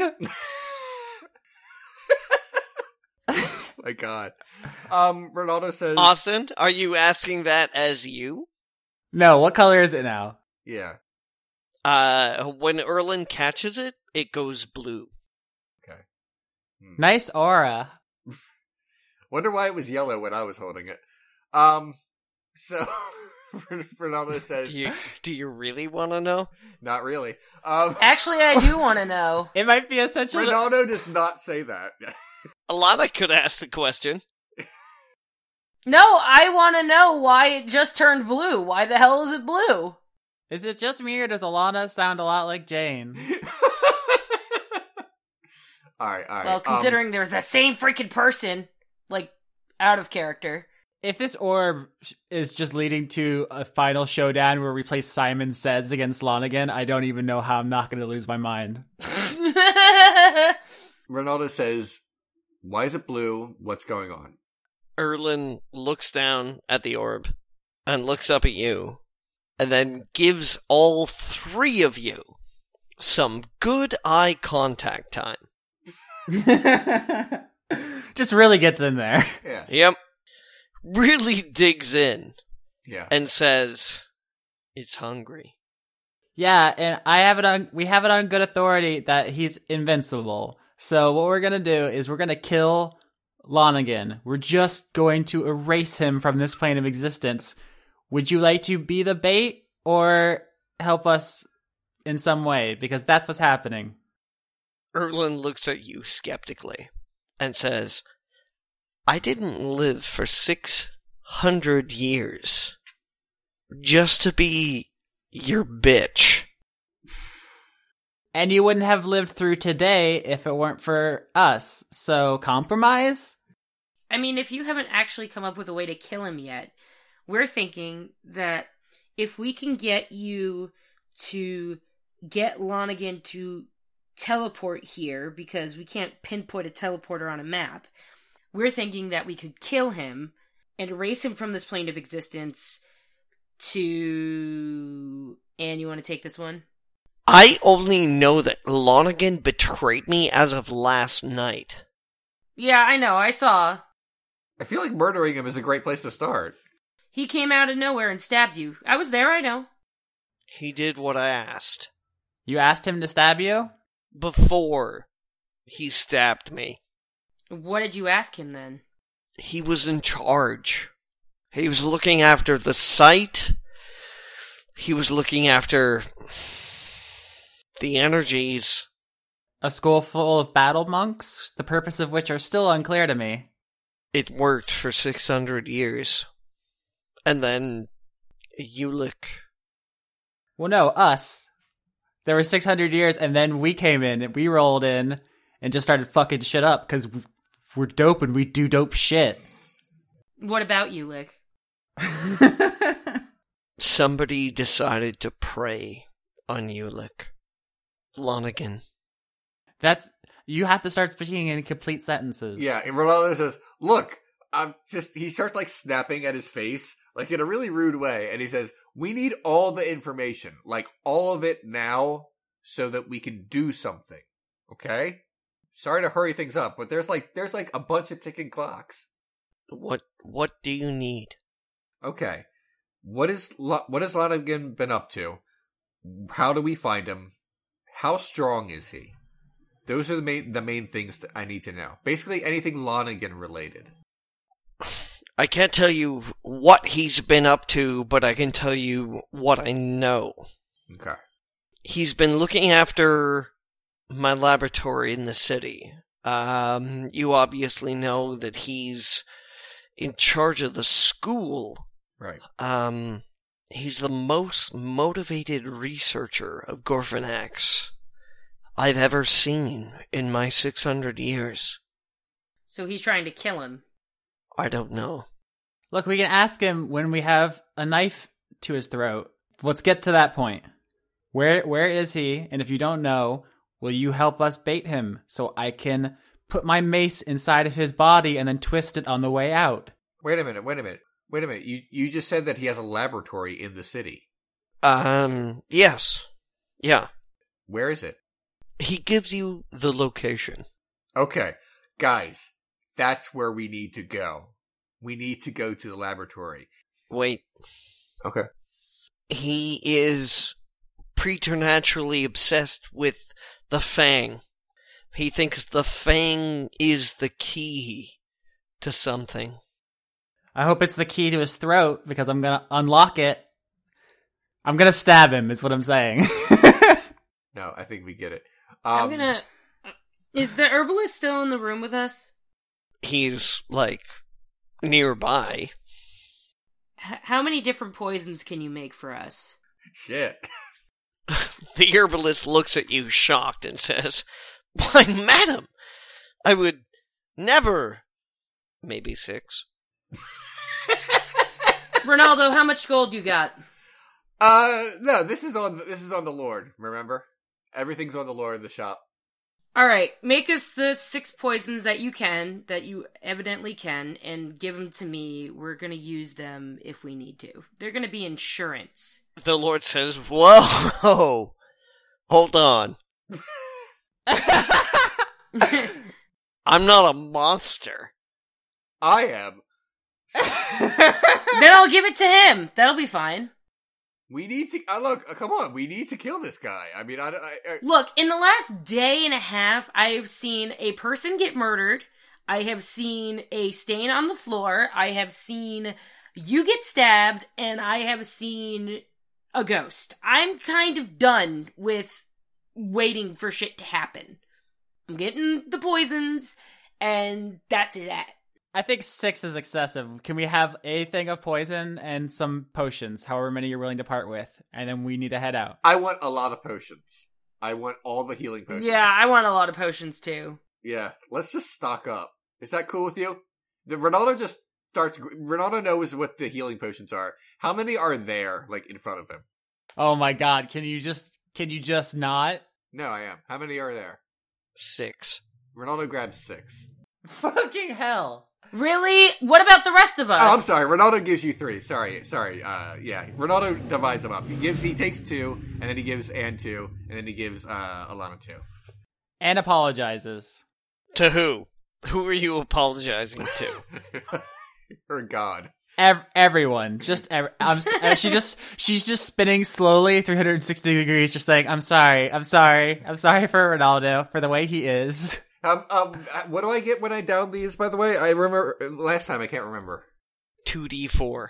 Speaker 5: my god. Um, Ronaldo says,
Speaker 2: Austin, are you asking that as you?
Speaker 4: No, what color is it now?
Speaker 5: "Yeah,
Speaker 2: Uh, when Erlen catches it, it goes blue.
Speaker 5: Hmm.
Speaker 4: Nice aura.
Speaker 5: Wonder why it was yellow when I was holding it." Um, so Ronaldo
Speaker 2: Do
Speaker 5: says,
Speaker 2: you, do you really want to know?
Speaker 5: "Not really." Um,
Speaker 3: Actually, I do want to know.
Speaker 4: It might be essential. to-
Speaker 5: Ronaldo does not say that.
Speaker 2: Alana could ask the question.
Speaker 3: No, I want to know why it just turned blue. Why the hell is it blue?
Speaker 4: Is it just me or does Alana sound a lot like Jane?
Speaker 5: all right, all right.
Speaker 3: well,
Speaker 5: um,
Speaker 3: considering they're the same freaking person, like out of character.
Speaker 4: If this orb is just leading to a final showdown where we play Simon Says against Lonigan, I don't even know how I'm not going to lose my mind.
Speaker 5: Ronaldo says, "Why is it blue? What's going on?"
Speaker 2: Erlen looks down at the orb and looks up at you and then gives all three of you some good eye contact time.
Speaker 4: just really gets in there.
Speaker 5: Yeah,
Speaker 2: Yep. Really digs in
Speaker 5: yeah.
Speaker 2: and says, It's hungry.
Speaker 4: Yeah, and I have it on. We have it on good authority that he's invincible. So what we're gonna do is we're gonna kill Lonigan. We're just going to erase him from this plane of existence. Would you like to be the bait or help us in some way? Because that's what's happening.
Speaker 2: Erlen looks at you skeptically and says, I didn't live for 600 years just to be your bitch.
Speaker 4: And you wouldn't have lived through today if it weren't for us. So compromise.
Speaker 3: I mean, if you haven't actually come up with a way to kill him yet, we're thinking that if we can get you to get Lonigan to teleport here, because we can't pinpoint a teleporter on a map, we're thinking that we could kill him and erase him from this plane of existence to. Anne, you want to take this one?
Speaker 2: I only know that Lonigan betrayed me as of last night.
Speaker 3: Yeah, I know. I saw.
Speaker 5: I feel like murdering him is a great place to start.
Speaker 3: He came out of nowhere and stabbed you. I was there, I know.
Speaker 2: He did what I asked
Speaker 4: You asked him to stab you.
Speaker 2: before he stabbed me.
Speaker 3: What did you ask him then?
Speaker 2: he was in charge. He was looking after the site. He was looking after the energies.
Speaker 4: A school full of battle monks, the purpose of which are still unclear to me.
Speaker 2: It worked for 600 years. And then Ulick.
Speaker 4: Well, no, us. There were 600 years, and then we came in, and we rolled in, and just started fucking shit up because we're dope and we do dope shit.
Speaker 3: What about you, Lick?
Speaker 2: Somebody decided to prey on Ulick. Lonigan.
Speaker 4: That's you have to start speaking in complete sentences.
Speaker 5: Yeah, and Ronaldo says, "Look, I'm just." He starts like snapping at his face, like in a really rude way, and he says, "We need all the information, like all of it now, so that we can do something." Okay. Sorry to hurry things up, but there's like there's like a bunch of ticking clocks.
Speaker 2: What what do you need?
Speaker 5: Okay. What is Lo- what has Lonigan been up to? How do we find him? How strong is he? Those are the main the main things that I need to know. Basically, anything Lonigan related.
Speaker 2: I can't tell you what he's been up to, but I can tell you what I know.
Speaker 5: Okay.
Speaker 2: he's been looking after my laboratory in the city. Um, you obviously know that he's in charge of the school.
Speaker 5: Right.
Speaker 2: Um, he's the most motivated researcher of Gorfanax I've ever seen in my 600 years.
Speaker 3: So he's trying to kill him.
Speaker 2: I don't know.
Speaker 4: Look, we can ask him when we have a knife to his throat. Let's get to that point. Where where is he? And if you don't know, will you help us bait him so I can put my mace inside of his body and then twist it on the way out?
Speaker 5: Wait a minute, wait a minute. Wait a minute. You you just said that he has a laboratory in the city.
Speaker 2: Um, yes. Yeah.
Speaker 5: Where is it?
Speaker 2: He gives you the location.
Speaker 5: Okay. Guys, that's where we need to go. We need to go to the laboratory.
Speaker 2: Wait.
Speaker 5: Okay.
Speaker 2: He is preternaturally obsessed with the Fang. He thinks the Fang is the key to something.
Speaker 4: I hope it's the key to his throat because I'm gonna unlock it. I'm gonna stab him. Is what I'm saying.
Speaker 5: No, I think we get it.
Speaker 3: I'm
Speaker 5: Um,
Speaker 3: gonna. uh, Is the herbalist still in the room with us?
Speaker 2: He's like nearby.
Speaker 3: H- how many different poisons can you make for us?
Speaker 5: Shit.
Speaker 2: The herbalist looks at you shocked and says, Why, madam, I would never. Maybe six.
Speaker 3: Ronaldo, how much gold you got?
Speaker 5: Uh, no, this is on this is on the Lord. Remember, everything's on the Lord in the shop.
Speaker 3: All right, make us the six poisons that you can, that you evidently can, and give them to me. We're gonna use them if we need to. They're gonna be insurance.
Speaker 2: The Lord says, Whoa! Hold on. I'm not a monster.
Speaker 5: I am.
Speaker 3: then I'll give it to him. That'll be fine.
Speaker 5: We need to uh, look. Uh, come on, we need to kill this guy. I mean, I, I, I
Speaker 3: Look, in the last day and a half, I've seen a person get murdered. I have seen a stain on the floor. I have seen you get stabbed, and I have seen a ghost. I'm kind of done with waiting for shit to happen. I'm getting the poisons, and that's that.
Speaker 4: I think six is excessive. Can we have a thing of poison and some potions, however many you're willing to part with, and then we need to head out.
Speaker 5: I want a lot of potions. I want all the healing potions.
Speaker 3: Yeah, I want a lot of potions too.
Speaker 5: yeah. Let's just stock up. Is that cool with you? The Ronaldo just starts. Ronaldo knows what the healing potions are. How many are there, like in front of him?
Speaker 4: Oh my god! Can you just can you just not?
Speaker 5: No, I am. How many are there?
Speaker 2: Six.
Speaker 5: Ronaldo grabs six.
Speaker 4: Fucking hell!
Speaker 3: Really? What about the rest of us?
Speaker 5: Oh, I'm sorry. Ronaldo gives you three. Sorry, sorry. Uh, yeah, Ronaldo divides them up. He gives, he takes two, and then he gives Anne two, and then he gives uh, Alana two.
Speaker 4: And apologizes.
Speaker 2: To who? Who are you apologizing to?
Speaker 5: or God.
Speaker 4: Ev- everyone, just ev- I'm. s- uh, she just she's just spinning slowly 360 degrees, just saying, "I'm sorry, I'm sorry, I'm sorry for Ronaldo for the way he is."
Speaker 5: Um, um, uh, what do I get when I down these? By the way, I remember last time. I can't remember.
Speaker 2: 2d4.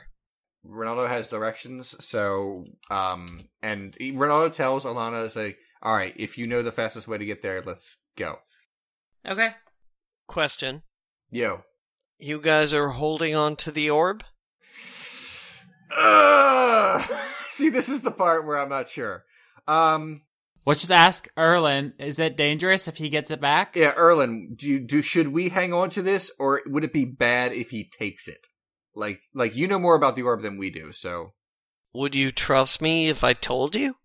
Speaker 5: Ronaldo has directions, so um, and he- Ronaldo tells Alana to say, "All right, if you know the fastest way to get there, let's go."
Speaker 3: Okay.
Speaker 2: Question.
Speaker 5: Yo.
Speaker 2: You guys are holding on to the orb?
Speaker 5: Ugh! See, this is the part where I'm not sure. Um,
Speaker 4: Let's just ask Erlin: Is it dangerous if he gets it back?
Speaker 5: Yeah, Erlen, do do should we hang on to this, or would it be bad if he takes it? Like, like you know more about the orb than we do, so.
Speaker 2: Would you trust me if I told you?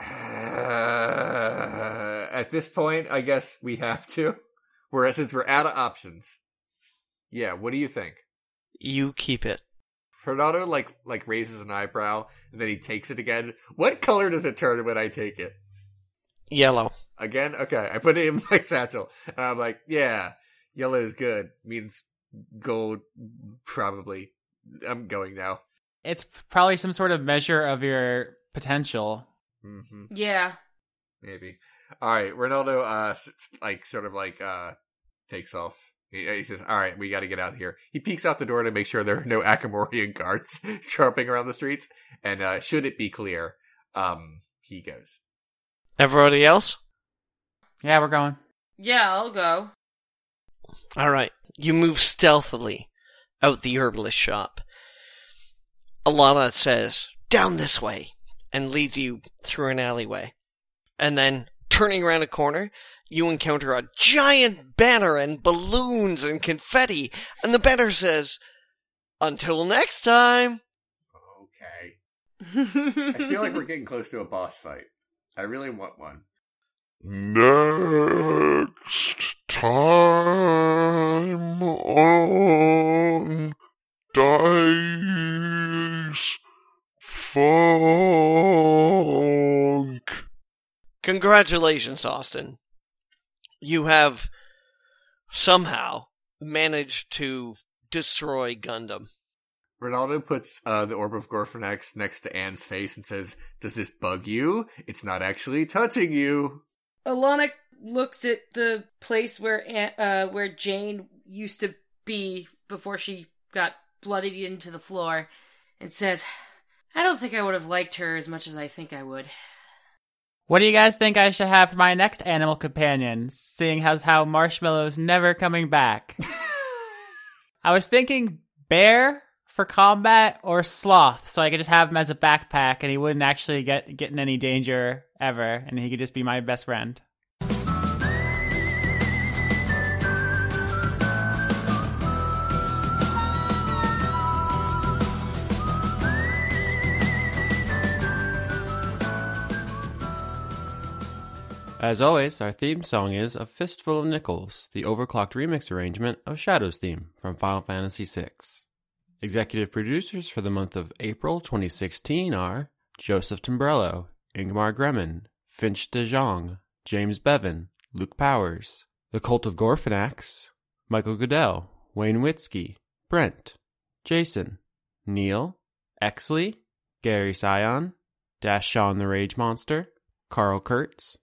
Speaker 5: Uh, at this point, I guess we have to. We're since we're out of options. Yeah, what do you think?
Speaker 2: You keep it.
Speaker 5: Fernando like like raises an eyebrow, and then he takes it again. What color does it turn when I take it?
Speaker 2: Yellow.
Speaker 5: Again? Okay. I put it in my satchel. And I'm like, yeah, yellow is good. Means gold, probably. I'm going now.
Speaker 4: It's probably some sort of measure of your potential.
Speaker 5: hmm
Speaker 3: Yeah.
Speaker 5: Maybe. All right. Ronaldo, uh, s- s- like, sort of like, uh, takes off. He, he says, all right, we got to get out of here. He peeks out the door to make sure there are no Akamorian guards tramping around the streets. And, uh, should it be clear, um, he goes.
Speaker 2: Everybody else?
Speaker 4: Yeah, we're going.
Speaker 3: Yeah, I'll go.
Speaker 2: All right. You move stealthily out the herbalist shop. Alana says, down this way, and leads you through an alleyway. And then, turning around a corner, you encounter a giant banner and balloons and confetti, and the banner says, until next time.
Speaker 5: Okay.
Speaker 3: I
Speaker 5: getting close to a boss fight. I really want one.
Speaker 1: Next time on Dice Funk.
Speaker 2: Congratulations, Austin. You have somehow managed to destroy Gundam.
Speaker 5: Ronaldo puts uh, the orb of Gorfanax next to Anne's face and says, "Does this bug you? It's not actually touching you."
Speaker 3: Alana looks at the place where Aunt, uh, where Jane used to be before she got bloodied into the floor, and says, "I don't think I would have liked her as much as I think I would."
Speaker 6: What do you guys think I should have for my next animal companion, seeing as how Marshmallow's never coming back? I was thinking bear for combat or sloth, so I could just have him as a backpack and he wouldn't actually get, get in any danger ever, and he could just be my best friend.
Speaker 4: As always, our theme song is A Fistful of Nickels, the overclocked remix arrangement of Shadow's theme from Final Fantasy VI. Executive producers for the month of April 2016 are Joseph Timbrello, Ingmar Gremin, Finch de Jong, James Bevan, Luke Powers, The Cult of Gorfanax, Michael Goodell, Wayne Witzke, Brent, Jason, Neil, Exley, Gary Sion, Dash Shawn the Rage Monster, Carl Kurtz,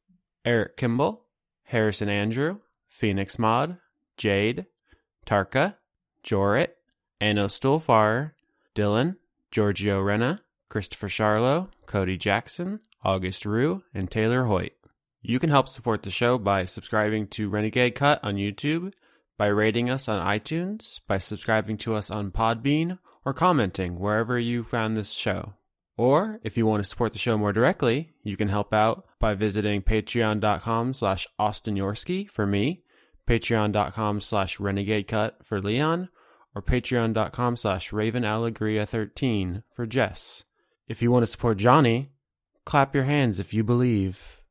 Speaker 4: Eric Kimball, Harrison Andrew, Phoenix Mod, Jade, Tarka, Jorit, Anno Stulfar, Dylan, Giorgio Renna, Christopher Charlo, Cody Jackson, August Rue, and Taylor Hoyt. You can help support the show by subscribing to Renegade Cut on YouTube, by rating us on iTunes, by subscribing to us on Podbean, or commenting wherever you found this show. Or if you want to support the show more directly, you can help out by visiting patreon.com slash Austin Yorsky for me, patreon.com slash renegade cut for Leon, or patreon.com slash Raven Allegria 13 for Jess. If you want to support Johnny, clap your hands if you believe.